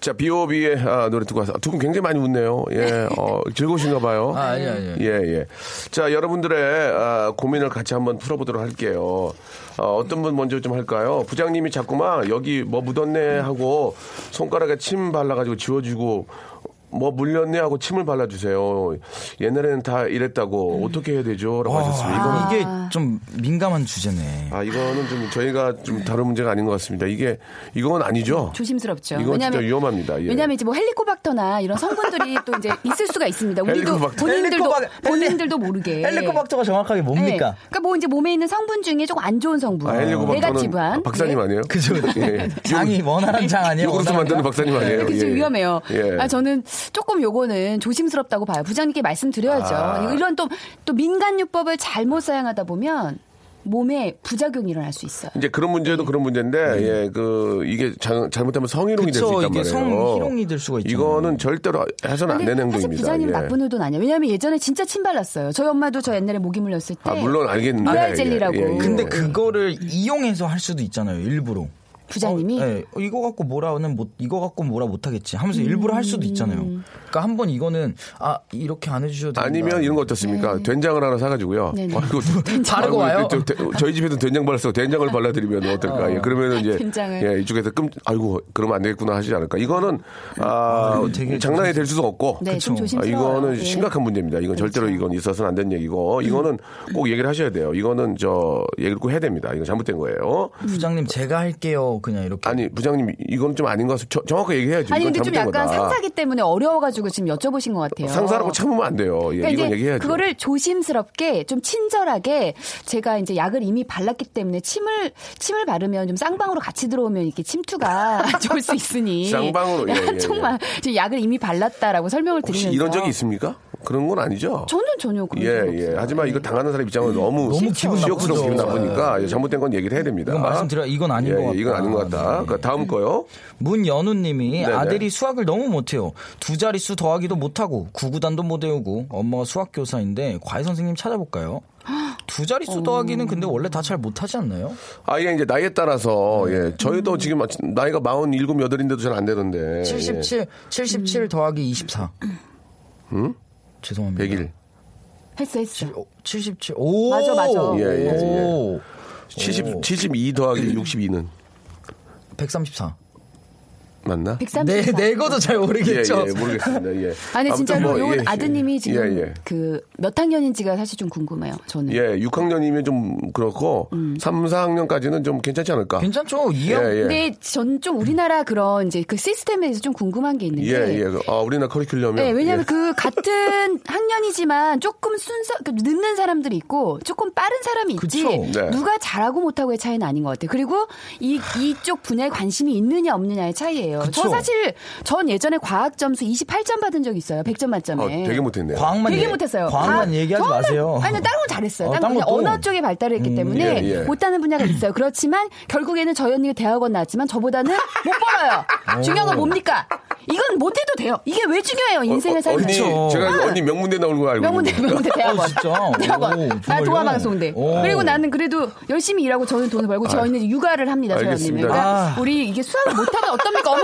[SPEAKER 2] 자, B.O.B.의 아, 노래 듣고 와서 두 분 굉장히 많이 웃네요. 예, 어, 즐거우신가 봐요.
[SPEAKER 5] 아, 아니요, 아니요.
[SPEAKER 2] 예, 예. 자, 여러분들의 아, 고민을 같이 한번 풀어보도록 할게요. 어, 떤분 먼저 좀 할까요? 부장님이 자꾸만 여기 뭐 묻었네 하고 손가락에 침 발라가지고 지워주고 뭐 물렸네 하고 침을 발라주세요. 옛날에는 다 이랬다고 어떻게 해야 되죠? 라고 하셨습니다. 이거는
[SPEAKER 5] 아, 이게 좀 민감한 주제네.
[SPEAKER 2] 아, 이거는 좀 저희가 좀 다른 문제가 아닌 것 같습니다. 이게, 이건 아니죠?
[SPEAKER 6] 조심스럽죠.
[SPEAKER 2] 이건 진짜 위험합니다. 예.
[SPEAKER 6] 왜냐하면 이제 뭐 헬리코박터나 이런 성분들이 또 이제 있을 수가 있습니다. 우리도
[SPEAKER 2] 헬리코박터.
[SPEAKER 6] 본인들도
[SPEAKER 5] 헬리코박-
[SPEAKER 6] 본인들도
[SPEAKER 5] 헬리-
[SPEAKER 6] 모르게.
[SPEAKER 5] 헬리코박터가 정확하게
[SPEAKER 6] 예. 네.
[SPEAKER 5] 뭡니까?
[SPEAKER 6] 그러니까 뭐 이제 몸에 있는 성분 중에 조금 안 좋은 성분.
[SPEAKER 2] 아, 헬리코박터는
[SPEAKER 6] 네가티브한.
[SPEAKER 2] 아, 박사님
[SPEAKER 6] 네.
[SPEAKER 2] 아니에요?
[SPEAKER 5] 그죠.
[SPEAKER 2] 예.
[SPEAKER 5] 장이 원활한 장 아니에요?
[SPEAKER 2] 요구르트 만드는
[SPEAKER 5] 원활한 장?
[SPEAKER 2] 박사님 아니에요?
[SPEAKER 6] 그게 좀
[SPEAKER 2] 예.
[SPEAKER 6] 위험해요.
[SPEAKER 2] 예.
[SPEAKER 6] 아, 저는 조금 요거는 조심스럽다고 봐요. 부장님께 말씀드려야죠.
[SPEAKER 2] 아.
[SPEAKER 6] 이런 또, 또 민간요법을 잘못 사용하다 보면 몸에 부작용이 일어날 수 있어요.
[SPEAKER 2] 이제 그런 문제도 그런 문제인데,
[SPEAKER 6] 음.
[SPEAKER 2] 예, 그, 이게 자- 잘못하면 성희롱이 될 수
[SPEAKER 5] 그쵸,
[SPEAKER 2] 있단
[SPEAKER 5] 이게
[SPEAKER 2] 말이에요.
[SPEAKER 5] 성희롱이 될 수가 있잖아요.
[SPEAKER 2] 이거는 절대로 해서는 안
[SPEAKER 6] 근데
[SPEAKER 2] 되는
[SPEAKER 6] 사실
[SPEAKER 2] 행동입니다.
[SPEAKER 6] 부장님
[SPEAKER 2] 예.
[SPEAKER 6] 나쁜 의도는 아니에요. 왜냐하면 예전에 진짜 침 발랐어요. 저희 엄마도 저 옛날에 모기 물렸을 때.
[SPEAKER 2] 아, 물론 알겠는데.
[SPEAKER 6] 미랄 젤리라고.
[SPEAKER 2] 예, 예, 예.
[SPEAKER 5] 근데
[SPEAKER 6] 네.
[SPEAKER 5] 그거를 이용해서 할 수도 있잖아요. 일부러.
[SPEAKER 6] 부장님이?
[SPEAKER 5] 어, 예. 어, 이거 갖고 뭐라는 못 이거 갖고 뭐라 못 하겠지 하면서 일부러 할 수도 있잖아요. 그러니까 한 번 이거는 아 이렇게 안 해주셔도 된다.
[SPEAKER 2] 아니면 이런 거 어떻습니까? 된장을 하나 사가지고요.
[SPEAKER 6] 네. 네네.
[SPEAKER 2] 아이고,
[SPEAKER 5] 바르고 와요?
[SPEAKER 2] 저, 저, 저희 집에도 된장 발랐어. 된장을 발라드리면 어떨까? 예, 그러면 이제
[SPEAKER 6] 된장을.
[SPEAKER 2] 예, 이쪽에서 끔 아이고 그러면 안 되겠구나 하시지 않을까? 이거는 아,
[SPEAKER 5] 이거 되게
[SPEAKER 2] 장난이 될 수도 없고.
[SPEAKER 6] 네, 좀
[SPEAKER 5] 그쵸.
[SPEAKER 2] 아,
[SPEAKER 6] 조심스러워요.
[SPEAKER 2] 이거는
[SPEAKER 6] 예.
[SPEAKER 2] 심각한 문제입니다. 이건 절대로 이건 있어서는 안 되는 얘기고 이거는 꼭 얘기를 하셔야 돼요. 이거는 저 얘기를 꼭 해야 됩니다. 이건 잘못된 거예요.
[SPEAKER 5] 부장님 제가 할게요. 그냥 이렇게.
[SPEAKER 2] 아니 부장님 이건 좀 아닌 것 같아서 저- 정확하게 얘기해야지.
[SPEAKER 6] 아니
[SPEAKER 2] 이건
[SPEAKER 6] 근데 좀
[SPEAKER 2] 잘못된
[SPEAKER 6] 약간
[SPEAKER 2] 거다.
[SPEAKER 6] 상사기 때문에 어려워가지고 지금 여쭤보신 것 같아요.
[SPEAKER 2] 상사라고 참으면 안 돼요. 예,
[SPEAKER 6] 그러니까
[SPEAKER 2] 이건
[SPEAKER 6] 이제
[SPEAKER 2] 얘기해야죠.
[SPEAKER 6] 그거를 조심스럽게 좀 친절하게 제가 이제 약을 이미 발랐기 때문에 침을 침을 바르면 좀 쌍방울로 같이 들어오면 이렇게 침투가 좋을 수 있으니
[SPEAKER 2] 쌍방울로, 예, 예, 예.
[SPEAKER 6] 정말 지금 약을 이미 발랐다라고 설명을
[SPEAKER 2] 혹시
[SPEAKER 6] 드리면서
[SPEAKER 2] 이런 적이 있습니까? 그런 건 아니죠.
[SPEAKER 6] 저는 전혀 그런 적
[SPEAKER 2] 예,
[SPEAKER 6] 없어요.
[SPEAKER 2] 예. 하지만 이거 당하는 사람 입장은 너무,
[SPEAKER 5] 너무 기분
[SPEAKER 2] 지옥스러운 기분
[SPEAKER 5] 나쁘죠.
[SPEAKER 2] 나쁘니까 예, 잘못된 건 얘기를 해야 됩니다.
[SPEAKER 5] 이건 말씀드려- 이건 아닌
[SPEAKER 2] 예,
[SPEAKER 5] 것
[SPEAKER 2] 예, 이건
[SPEAKER 5] 같다.
[SPEAKER 2] 아닌 것 같다.
[SPEAKER 5] 네.
[SPEAKER 2] 그 다음 거요.
[SPEAKER 5] 문연우님이
[SPEAKER 2] 네네.
[SPEAKER 5] 아들이 수학을 너무 못해요. 두 자릿수 더하기도 못하고 구구단도 못 외우고 엄마가 수학 교사인데 과외 선생님 찾아볼까요? 두 자릿수 더하기는 근데 원래 다 잘 못하지 않나요?
[SPEAKER 2] 아예 이제 나이에 따라서 예, 저희도 지금 나이가 47, 8인데도 잘 안 되던데.
[SPEAKER 5] 77 77 더하기 24. 음? 죄송합니다.
[SPEAKER 2] 예. 100일.
[SPEAKER 6] 했어 했어.
[SPEAKER 5] 77. 오.
[SPEAKER 6] 맞아, 맞아.
[SPEAKER 2] 예, 예, 예.
[SPEAKER 5] 오.
[SPEAKER 2] 70, 72 더하기 62는
[SPEAKER 5] 134.
[SPEAKER 2] 맞나?
[SPEAKER 6] 백삼십사.
[SPEAKER 5] 내, 내 거도 네, 잘 모르겠죠.
[SPEAKER 2] 예, 예, 모르겠습니다. 예.
[SPEAKER 6] 아니
[SPEAKER 2] 네. 아무튼
[SPEAKER 6] 진짜로
[SPEAKER 2] 뭐,
[SPEAKER 6] 요
[SPEAKER 2] 예,
[SPEAKER 6] 아드님이 지금
[SPEAKER 2] 예, 예.
[SPEAKER 6] 그 몇 학년인지가 사실 좀 궁금해요. 저는.
[SPEAKER 2] 예, 6학년이면 좀 그렇고 삼 3, 4학년까지는 좀 괜찮지 않을까?
[SPEAKER 5] 괜찮죠? 이형
[SPEAKER 2] 예, 예.
[SPEAKER 6] 근데 전 좀 우리나라 그런 이제 그 시스템에서 좀 궁금한 게 있는데.
[SPEAKER 2] 예, 예. 아, 우리나라 커리큘럼이
[SPEAKER 6] 네, 왜냐하면
[SPEAKER 2] 예.
[SPEAKER 6] 그 같은 학년이지만 조금 순서 그 늦는 사람들이 있고 조금 빠른 사람이 있지
[SPEAKER 5] 그쵸.
[SPEAKER 2] 네.
[SPEAKER 6] 누가 잘하고 못하고의 차이는 아닌 것 같아요. 그리고 이 이쪽 분야에 관심이 있느냐 없느냐의 차이예요. 저
[SPEAKER 5] 그쵸.
[SPEAKER 6] 사실 전 예전에 과학 점수 28점 받은 적 있어요. 100점
[SPEAKER 2] 어,
[SPEAKER 6] 그 만점에.
[SPEAKER 2] 되게 못 했네요.
[SPEAKER 5] 과학만
[SPEAKER 6] 되게
[SPEAKER 5] 얘기-
[SPEAKER 6] 못했어요.
[SPEAKER 5] 과학만
[SPEAKER 6] 아,
[SPEAKER 5] 얘기하지
[SPEAKER 6] 정말-
[SPEAKER 5] 마세요.
[SPEAKER 6] 아니, 다른 건 잘했어요.
[SPEAKER 5] 어,
[SPEAKER 6] 다른
[SPEAKER 5] 딴
[SPEAKER 6] 건
[SPEAKER 5] 것도.
[SPEAKER 6] 언어 쪽에 발달을 했기
[SPEAKER 5] 음,
[SPEAKER 2] 예,
[SPEAKER 6] 때문에
[SPEAKER 2] 예.
[SPEAKER 6] 못하는 분야가 있어요. 그렇지만 결국에는 저희 언니가 대학원 나왔지만 저보다는 못 벌어요. 중요한 건 뭡니까? 이건 못해도 돼요. 이게 왜 중요해요? 인생을 살면. 네.
[SPEAKER 2] 언니, 제가 언니 명문대 나온 거 알고
[SPEAKER 6] 아. 명문대,
[SPEAKER 2] 있는데.
[SPEAKER 6] 명문대 대학원.
[SPEAKER 5] 어, 어, 진짜? 오,
[SPEAKER 6] 대학원. 나
[SPEAKER 5] 정말요?
[SPEAKER 6] 동아방송대.
[SPEAKER 5] 오.
[SPEAKER 6] 그리고 나는 그래도 열심히 일하고 저는 돈을 벌고 저희는 육아를 합니다, 저희 언니는.
[SPEAKER 2] 알겠습니다.
[SPEAKER 6] 그러니까
[SPEAKER 5] 아.
[SPEAKER 6] 우리 이게 수학을 못하면 어떻습니까? 어머니!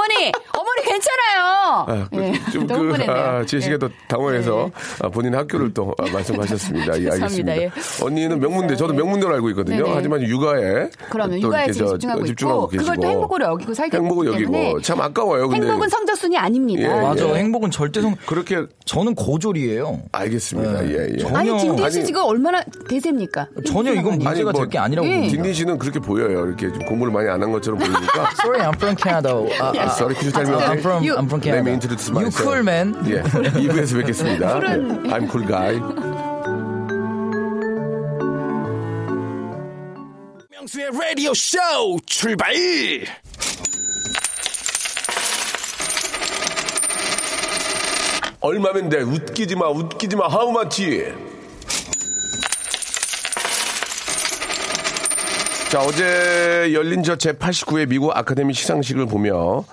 [SPEAKER 6] 어머니 괜찮아요!
[SPEAKER 5] 그렇죠.
[SPEAKER 2] 아, 그,
[SPEAKER 6] 예,
[SPEAKER 2] 좀
[SPEAKER 6] 너무
[SPEAKER 2] 그,
[SPEAKER 6] 흥분했네요.
[SPEAKER 2] 아, 제시가
[SPEAKER 6] 예.
[SPEAKER 2] 또 당황해서 아, 본인 학교를 또 아, 말씀하셨습니다. 예,
[SPEAKER 6] 죄송합니다.
[SPEAKER 2] 알겠습니다.
[SPEAKER 6] 예. 네.
[SPEAKER 2] 언니는 명문대, 저도 명문대로 알고 있거든요.
[SPEAKER 6] 네네.
[SPEAKER 2] 하지만 육아에
[SPEAKER 6] 그럼요.
[SPEAKER 2] 또
[SPEAKER 6] 육아에
[SPEAKER 2] 이렇게
[SPEAKER 6] 지금
[SPEAKER 2] 저-
[SPEAKER 6] 집중하고
[SPEAKER 2] 집중하고
[SPEAKER 6] 있고 그걸 또
[SPEAKER 2] 계시고.
[SPEAKER 6] 행복으로 여기고 살기
[SPEAKER 2] 행복을
[SPEAKER 6] 때문에
[SPEAKER 2] 여기고 참 아까워요. 근데
[SPEAKER 6] 행복은 성적순이 아닙니다.
[SPEAKER 2] 예,
[SPEAKER 5] 맞아.
[SPEAKER 2] 예.
[SPEAKER 5] 행복은 절대 성.
[SPEAKER 2] 그렇게
[SPEAKER 5] 저는 고졸이에요.
[SPEAKER 2] 알겠습니다.
[SPEAKER 5] 네.
[SPEAKER 2] 예, 예.
[SPEAKER 5] 저-
[SPEAKER 6] 아니
[SPEAKER 5] 전혀-
[SPEAKER 6] 진디 씨
[SPEAKER 2] 아니-
[SPEAKER 6] 지금 얼마나 대세입니까?
[SPEAKER 5] 전혀 이건 문제가 될 게 아니라고
[SPEAKER 6] 예.
[SPEAKER 5] 봅니다.
[SPEAKER 2] 뭐 딘딘 씨는 그렇게 보여요. 이렇게 좀 공부를 많이 안 한 것처럼 보이니까.
[SPEAKER 5] Sorry, I'm from Canada. 아,
[SPEAKER 6] 예.
[SPEAKER 5] 아,
[SPEAKER 2] Sorry, could you tell me
[SPEAKER 5] 아,
[SPEAKER 2] again?
[SPEAKER 5] I'm from,
[SPEAKER 6] You-
[SPEAKER 5] I'm from
[SPEAKER 2] Let me
[SPEAKER 5] Canada.
[SPEAKER 2] introduce
[SPEAKER 5] You
[SPEAKER 2] myself.
[SPEAKER 5] cool man.
[SPEAKER 2] 예. 2부에서 뵙겠습니다.
[SPEAKER 6] 쿨은-
[SPEAKER 2] 예. I'm cool guy.
[SPEAKER 1] 명수의 라디오 쇼 출발!
[SPEAKER 2] 얼마면 돼? 웃기지 마, 웃기지 마. How much? 자, 어제 열린 저 제89회 미국 아카데미 시상식을 보며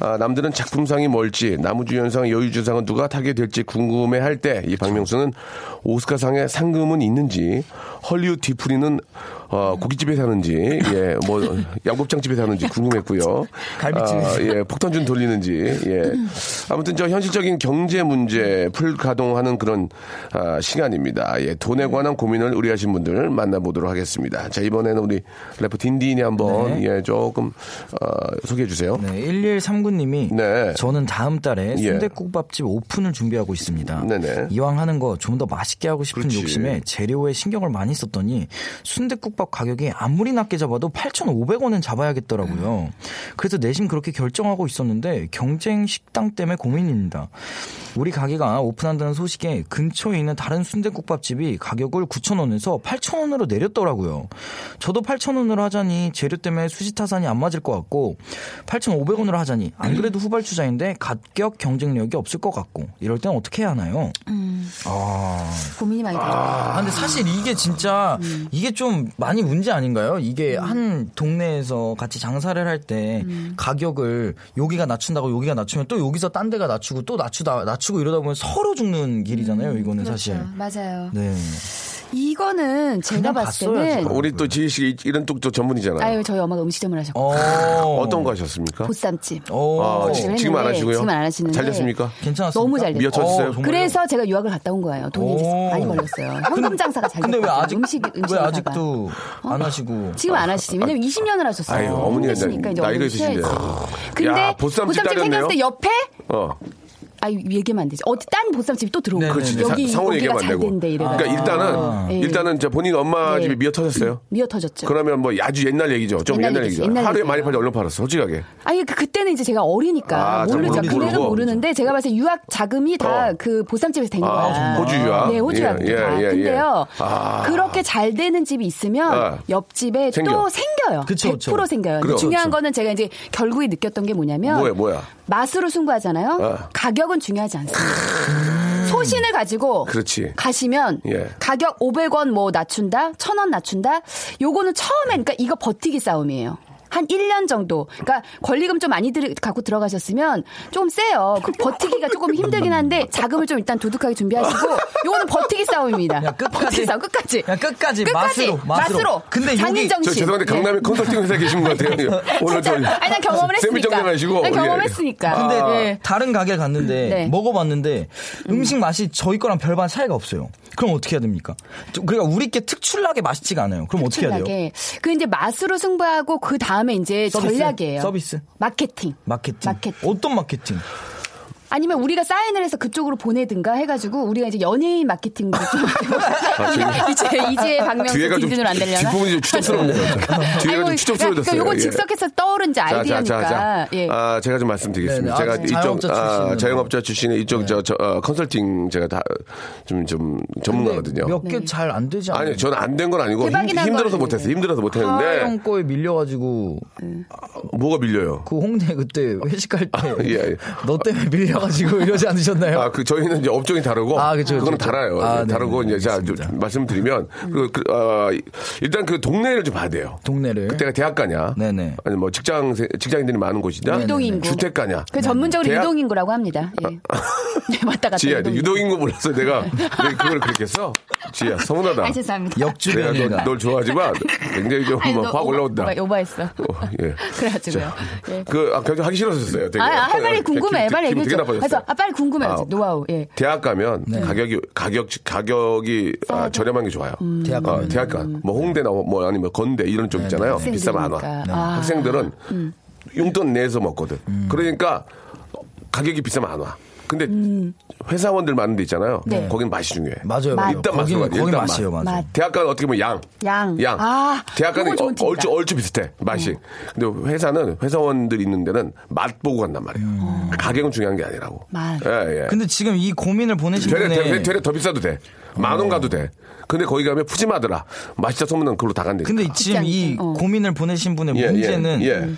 [SPEAKER 2] 아, 남들은 작품상이 뭘지 나무주연상, 여유주상은 누가 타게 될지 궁금해할 때 이 박명수는 오스카상의 상금은 있는지 헐리우드 디프리는 어, 고깃집에 사는지 예, 뭐 양곱창집에 사는지 궁금했고요.
[SPEAKER 5] 갈비찜.
[SPEAKER 2] 아, 예, 폭탄준 돌리는지 예. 아무튼 저 현실적인 경제 문제 풀 가동하는 그런 아, 시간입니다. 예, 돈에 관한 고민을 의뢰하신 분들 만나보도록 하겠습니다. 자 이번에는 우리 래퍼 딘딘이 한번 예, 조금 어, 소개해 주세요.
[SPEAKER 5] 네, 1139님이
[SPEAKER 2] 네.
[SPEAKER 5] 저는 다음 달에
[SPEAKER 2] 예.
[SPEAKER 5] 순대국밥집 오픈을 준비하고 있습니다.
[SPEAKER 2] 네네.
[SPEAKER 5] 이왕 하는 거 좀 더 맛있게 하고 싶은
[SPEAKER 2] 그렇지.
[SPEAKER 5] 욕심에 재료에 신경을 많이 썼더니 순대국밥 가격이 아무리 낮게 잡아도 8,500원은
[SPEAKER 2] 네.
[SPEAKER 5] 잡아야겠더라고요. 그래서 내심 그렇게 결정하고 있었는데 경쟁 식당 때문에 고민입니다. 우리 가게가 오픈한다는 소식에 근처에 있는 다른 순대국밥집이 가격을 9,000원에서 8,000원으로 내렸더라고요. 저도 8,000원으로 하자니 재료 때문에 수지타산이 안 맞을 것 같고 8,500원으로 하자니 안 그래도 후발주자인데 가격 경쟁력이 없을 것 같고 이럴 땐 어떻게 해야 하나요?
[SPEAKER 6] 고민이 많이 돼요.
[SPEAKER 5] 아, 근데 사실 이게 진짜
[SPEAKER 6] 음.
[SPEAKER 5] 이게 좀 많이 문제 아닌가요? 이게 한 동네에서 같이 장사를 할 때
[SPEAKER 6] 음.
[SPEAKER 5] 가격을 여기가 낮춘다고 여기가 낮추면 또 여기서 딴 데가 낮추고 또 낮추다 낮추고 이러다 보면 서로 죽는 길이잖아요.
[SPEAKER 6] 음,
[SPEAKER 5] 이거는
[SPEAKER 6] 그렇죠.
[SPEAKER 5] 사실.
[SPEAKER 6] 맞아요.
[SPEAKER 5] 네.
[SPEAKER 6] 이거는 제가
[SPEAKER 5] 그냥
[SPEAKER 6] 봤을
[SPEAKER 5] 봤어야지.
[SPEAKER 6] 때는
[SPEAKER 2] 우리 또 지희 씨 이런 또 저 전문이잖아요.
[SPEAKER 6] 아유 저희 엄마가 음식점을 하셨고
[SPEAKER 5] 어.
[SPEAKER 2] 어떤 거 하셨습니까?
[SPEAKER 6] 보쌈집
[SPEAKER 5] 어.
[SPEAKER 2] 아, 지- 지금 안
[SPEAKER 6] 네, 했는데
[SPEAKER 2] 하시고요.
[SPEAKER 6] 지금 안 하시는데.
[SPEAKER 2] 잘 됐습니까?
[SPEAKER 5] 괜찮았어요.
[SPEAKER 6] 너무 잘 됐어요.
[SPEAKER 2] 미어쳐주세요.
[SPEAKER 6] 그래서 제가 유학을 갔다 온 거예요. 돈이
[SPEAKER 5] 오.
[SPEAKER 6] 많이 벌렸어요. 현금 장사가 잘
[SPEAKER 5] 근데 왜
[SPEAKER 6] 됐거든요.
[SPEAKER 5] 아직
[SPEAKER 6] 음식 음식
[SPEAKER 5] 왜 아직도 안 하시고 아,
[SPEAKER 6] 지금 안 하시지. 왜냐면 20년을 하셨어요.
[SPEAKER 2] 아유, 어머니가 이제
[SPEAKER 6] 힘드시니까 이제
[SPEAKER 2] 나이가
[SPEAKER 6] 어머니
[SPEAKER 2] 있으신데.
[SPEAKER 6] 쉬어야지.
[SPEAKER 2] 야,
[SPEAKER 6] 근데
[SPEAKER 2] 보쌈집
[SPEAKER 6] 보쌈집
[SPEAKER 2] 딸이었네요.
[SPEAKER 6] 생겼을 때 옆에
[SPEAKER 2] 어,
[SPEAKER 6] 아 얘기하면 안 되지. 어디 딴 보쌈집이 또 들어오고
[SPEAKER 5] 네,
[SPEAKER 2] 그렇지.
[SPEAKER 5] 네.
[SPEAKER 2] 사-
[SPEAKER 6] 여기
[SPEAKER 2] 상호
[SPEAKER 6] 여기가
[SPEAKER 2] 얘기하면 안
[SPEAKER 6] 잘
[SPEAKER 2] 되고.
[SPEAKER 6] 된대 이래.
[SPEAKER 2] 그러니까 일단은
[SPEAKER 6] 예.
[SPEAKER 2] 일단은 저 본인 엄마
[SPEAKER 6] 예.
[SPEAKER 2] 집이 미어 터졌어요.
[SPEAKER 6] 미어 터졌죠.
[SPEAKER 2] 그러면 뭐 아주 옛날 얘기죠. 좀
[SPEAKER 6] 옛날
[SPEAKER 2] 옛날,
[SPEAKER 6] 얘기죠.
[SPEAKER 2] 얘기죠.
[SPEAKER 6] 옛날
[SPEAKER 2] 하루에
[SPEAKER 6] 얘기예요.
[SPEAKER 2] 많이 팔지 얼른 팔았어. 솔직하게.
[SPEAKER 6] 아니 그 그때는 이제 제가 어리니까
[SPEAKER 2] 아, 잘
[SPEAKER 6] 모르죠.
[SPEAKER 2] 모르고
[SPEAKER 6] 금액은
[SPEAKER 2] 모르고.
[SPEAKER 6] 모르는데 제가 봤을 때 유학 자금이 다
[SPEAKER 2] 어.
[SPEAKER 6] 그 보쌈집에서 된
[SPEAKER 2] 아,
[SPEAKER 6] 거야.
[SPEAKER 2] 호주 유학?
[SPEAKER 6] 네, 호주
[SPEAKER 2] 예,
[SPEAKER 6] 유학.
[SPEAKER 2] 예,
[SPEAKER 6] 다.
[SPEAKER 2] 예, 예.
[SPEAKER 6] 근데요.
[SPEAKER 2] 아.
[SPEAKER 6] 그렇게 잘 되는 집이 있으면
[SPEAKER 2] 아.
[SPEAKER 6] 옆집에
[SPEAKER 2] 생겨.
[SPEAKER 6] 또 생겨요.
[SPEAKER 5] 그쵸,
[SPEAKER 6] 100%
[SPEAKER 5] 그쵸.
[SPEAKER 6] 생겨요.
[SPEAKER 2] 그래요,
[SPEAKER 6] 중요한
[SPEAKER 2] 그쵸.
[SPEAKER 6] 거는 제가 이제 결국에 느꼈던 게 뭐냐면
[SPEAKER 2] 뭐야, 뭐야.
[SPEAKER 6] 맛으로 승부하잖아요.
[SPEAKER 2] 아.
[SPEAKER 6] 가격은 중요하지 않습니다. 소신을 가지고
[SPEAKER 2] 그렇지.
[SPEAKER 6] 가시면
[SPEAKER 2] 예.
[SPEAKER 6] 가격 500원 뭐 낮춘다, 1000원 낮춘다. 요거는 처음에 그러니까 이거 버티기 싸움이에요. 한 1년 정도. 그러니까 권리금 좀 많이 들, 갖고 들어가셨으면 좀 세요. 그 버티기가 조금 힘들긴 한데 자금을 좀 일단 두둑하게 준비하시고 요거는 버티기 싸움입니다.
[SPEAKER 5] 그냥 끝까지.
[SPEAKER 6] 버티기 싸움 끝까지.
[SPEAKER 5] 그냥 끝까지 맛으로, 맛으로.
[SPEAKER 6] 맛으로.
[SPEAKER 5] 근데 여기-
[SPEAKER 2] 저
[SPEAKER 6] 장인정신. 네.
[SPEAKER 2] 죄송한데 강남에 컨설팅 회사에 계신 것 같아요. 오늘
[SPEAKER 6] 진짜,
[SPEAKER 2] 저
[SPEAKER 6] 아니 난 경험을
[SPEAKER 2] 세미
[SPEAKER 6] 했으니까.
[SPEAKER 2] 정리하시고. 예.
[SPEAKER 6] 난 경험했으니까.
[SPEAKER 5] 아, 근데
[SPEAKER 6] 예.
[SPEAKER 5] 다른 가게 갔는데
[SPEAKER 6] 네.
[SPEAKER 5] 먹어봤는데 음식 맛이 저희 거랑 별반 차이가 없어요. 그럼 어떻게 해야 됩니까? 저- 그러니까 우리 게 특출나게 맛있지가 않아요. 그럼 어떻게 해야 돼요?
[SPEAKER 6] 그 이제 맛으로 승부하고 그 다음에 이제
[SPEAKER 5] 서비스?
[SPEAKER 6] 전략이에요.
[SPEAKER 5] 서비스?
[SPEAKER 6] 마케팅.
[SPEAKER 5] 마케팅.
[SPEAKER 6] 마케팅.
[SPEAKER 5] 어떤
[SPEAKER 2] 네.
[SPEAKER 5] 마케팅?
[SPEAKER 6] 아니면 우리가 사인을 해서 그쪽으로 보내든가 해가지고 우리가 이제 연예인 마케팅도 좀 이제 이제 박명수
[SPEAKER 2] 아, 뒤에가 좀
[SPEAKER 6] 기준으로 안 되려나? 뭐
[SPEAKER 2] 뒷부분이 좀 추접스럽네요. 뒤에가 좀
[SPEAKER 6] 그러니까
[SPEAKER 2] 추접스러워졌어요.
[SPEAKER 6] 요거
[SPEAKER 2] 예.
[SPEAKER 6] 직석해서 떠오른 지 아이디어니까. 예.
[SPEAKER 2] 아, 제가 좀 말씀드리겠습니다.
[SPEAKER 5] 네네. 아,
[SPEAKER 2] 제가
[SPEAKER 5] 네.
[SPEAKER 2] 이쪽
[SPEAKER 5] 자영업자 네. 출신으로.
[SPEAKER 2] 아, 자영업자 출신의 이쪽 저, 저 어, 컨설팅 제가 다 좀 좀 전문가거든요.
[SPEAKER 5] 몇 개 잘 안 되지 않아요?
[SPEAKER 2] 아니, 네. 저는 안 된 건 아니고
[SPEAKER 6] 대박이
[SPEAKER 2] 힘,
[SPEAKER 6] 난거
[SPEAKER 2] 힘들어서
[SPEAKER 6] 아니에요?
[SPEAKER 2] 못했어요. 힘들어서
[SPEAKER 5] 하영
[SPEAKER 2] 못했는데
[SPEAKER 5] 거에 밀려가지고
[SPEAKER 2] 뭐가 밀려요.
[SPEAKER 5] 그 홍대 그때 회식할 때 너
[SPEAKER 2] 예, 예.
[SPEAKER 5] 때문에 밀려가지고 이러지 않으셨나요?
[SPEAKER 2] 아, 그 저희는 이제 업종이 다르고
[SPEAKER 5] 예? 아, 그쵸, 그쵸,
[SPEAKER 2] 거는
[SPEAKER 5] 그쵸.
[SPEAKER 2] 달아요.
[SPEAKER 5] 아, 네,
[SPEAKER 2] 다르고
[SPEAKER 5] 네,
[SPEAKER 2] 이제 자
[SPEAKER 5] 알겠습니다.
[SPEAKER 2] 좀 말씀드리면 그, 그 어, 일단 그 동네를 좀 봐야 돼요.
[SPEAKER 5] 동네를
[SPEAKER 2] 그때가 대학가냐?
[SPEAKER 5] 네네.
[SPEAKER 2] 아니 뭐 직장 세- 직장인들이 많은 곳이냐?
[SPEAKER 6] 네.
[SPEAKER 2] 네.
[SPEAKER 6] 유동인구.
[SPEAKER 2] 주택가냐?
[SPEAKER 6] 그 전문적으로
[SPEAKER 2] 대학- 아,
[SPEAKER 6] 유동인구라고 합니다. 예. 네, 왔다 갔다.
[SPEAKER 2] 지혜야,
[SPEAKER 6] 유동인구.
[SPEAKER 2] 유동인 거 몰라서 내가 왜 그걸 그렇게 써? 지혜야, 서운하다.
[SPEAKER 6] 아, 죄송합니다.
[SPEAKER 2] 내가 너,
[SPEAKER 5] 역주변이다.
[SPEAKER 2] 널 좋아하지만 굉장히
[SPEAKER 6] 아니, 너
[SPEAKER 2] 뭐 좀확
[SPEAKER 6] 오바-
[SPEAKER 2] 올라온다.
[SPEAKER 6] 오바- 오바했어.
[SPEAKER 2] 어, 예.
[SPEAKER 6] 그래가지고요. 예.
[SPEAKER 2] 그, 아, 굉장히 하기 싫어졌어요. 되게.
[SPEAKER 6] 아, 아, 할 말이
[SPEAKER 2] 기-
[SPEAKER 6] 궁금해.
[SPEAKER 2] 기-
[SPEAKER 6] 빨리
[SPEAKER 2] 기분 되게
[SPEAKER 6] 얘기해줘.
[SPEAKER 2] 나빠졌어요.
[SPEAKER 6] 그래서, 아, 빨리 궁금해요.
[SPEAKER 2] 아,
[SPEAKER 6] 노하우, 예.
[SPEAKER 2] 대학 가면
[SPEAKER 5] 네.
[SPEAKER 2] 가격이 가격 가격이 아, 저렴한 게 좋아요.
[SPEAKER 6] 음.
[SPEAKER 5] 대학
[SPEAKER 2] 아,
[SPEAKER 5] 가면. 네,
[SPEAKER 2] 대학 가. 뭐 홍대나 뭐 아니면 건대 이런 쪽 있잖아요. 비싸면 안 와.
[SPEAKER 6] 학생들이니까. 네. 아.
[SPEAKER 2] 학생들은 용돈 내서 먹거든.
[SPEAKER 5] 음.
[SPEAKER 2] 그러니까 가격이 비싸면 안 와. 근데 회사원들 많은 데 있잖아요.
[SPEAKER 6] 음. 네.
[SPEAKER 2] 거긴 맛이 중요해.
[SPEAKER 5] 맞아요. 맞아요.
[SPEAKER 2] 일단 맛으로
[SPEAKER 5] 거기는
[SPEAKER 2] 가야 돼,
[SPEAKER 5] 거기
[SPEAKER 2] 일단
[SPEAKER 5] 맛이에요,
[SPEAKER 2] 맛.
[SPEAKER 5] 맞아요.
[SPEAKER 6] 맛.
[SPEAKER 2] 대학 가는 어떻게 보면 양.
[SPEAKER 6] 양. 아,
[SPEAKER 2] 대학 가는
[SPEAKER 6] 그거 좋은 팁이다.
[SPEAKER 2] 얼추 얼추 비슷해. 맛이.
[SPEAKER 6] 음.
[SPEAKER 2] 근데 회사는 회사원들 있는 데는 맛 보고 간단 말이에요.
[SPEAKER 5] 음.
[SPEAKER 2] 가격은 중요한 게 아니라고.
[SPEAKER 6] 어. 맛.
[SPEAKER 2] 예, 예.
[SPEAKER 5] 근데 지금 이 고민을 보내신
[SPEAKER 2] 되레,
[SPEAKER 5] 분의
[SPEAKER 2] 되레, 되레 더 비싸도 돼. 만
[SPEAKER 5] 어.
[SPEAKER 2] 원 가도 돼. 근데 거기 가면 푸짐하더라. 맛있다 소문난 그걸로 다 간대.
[SPEAKER 5] 근데 지금 이
[SPEAKER 6] 직장인들, 어.
[SPEAKER 5] 고민을 보내신 분의
[SPEAKER 2] 예,
[SPEAKER 5] 문제는
[SPEAKER 2] 예, 예.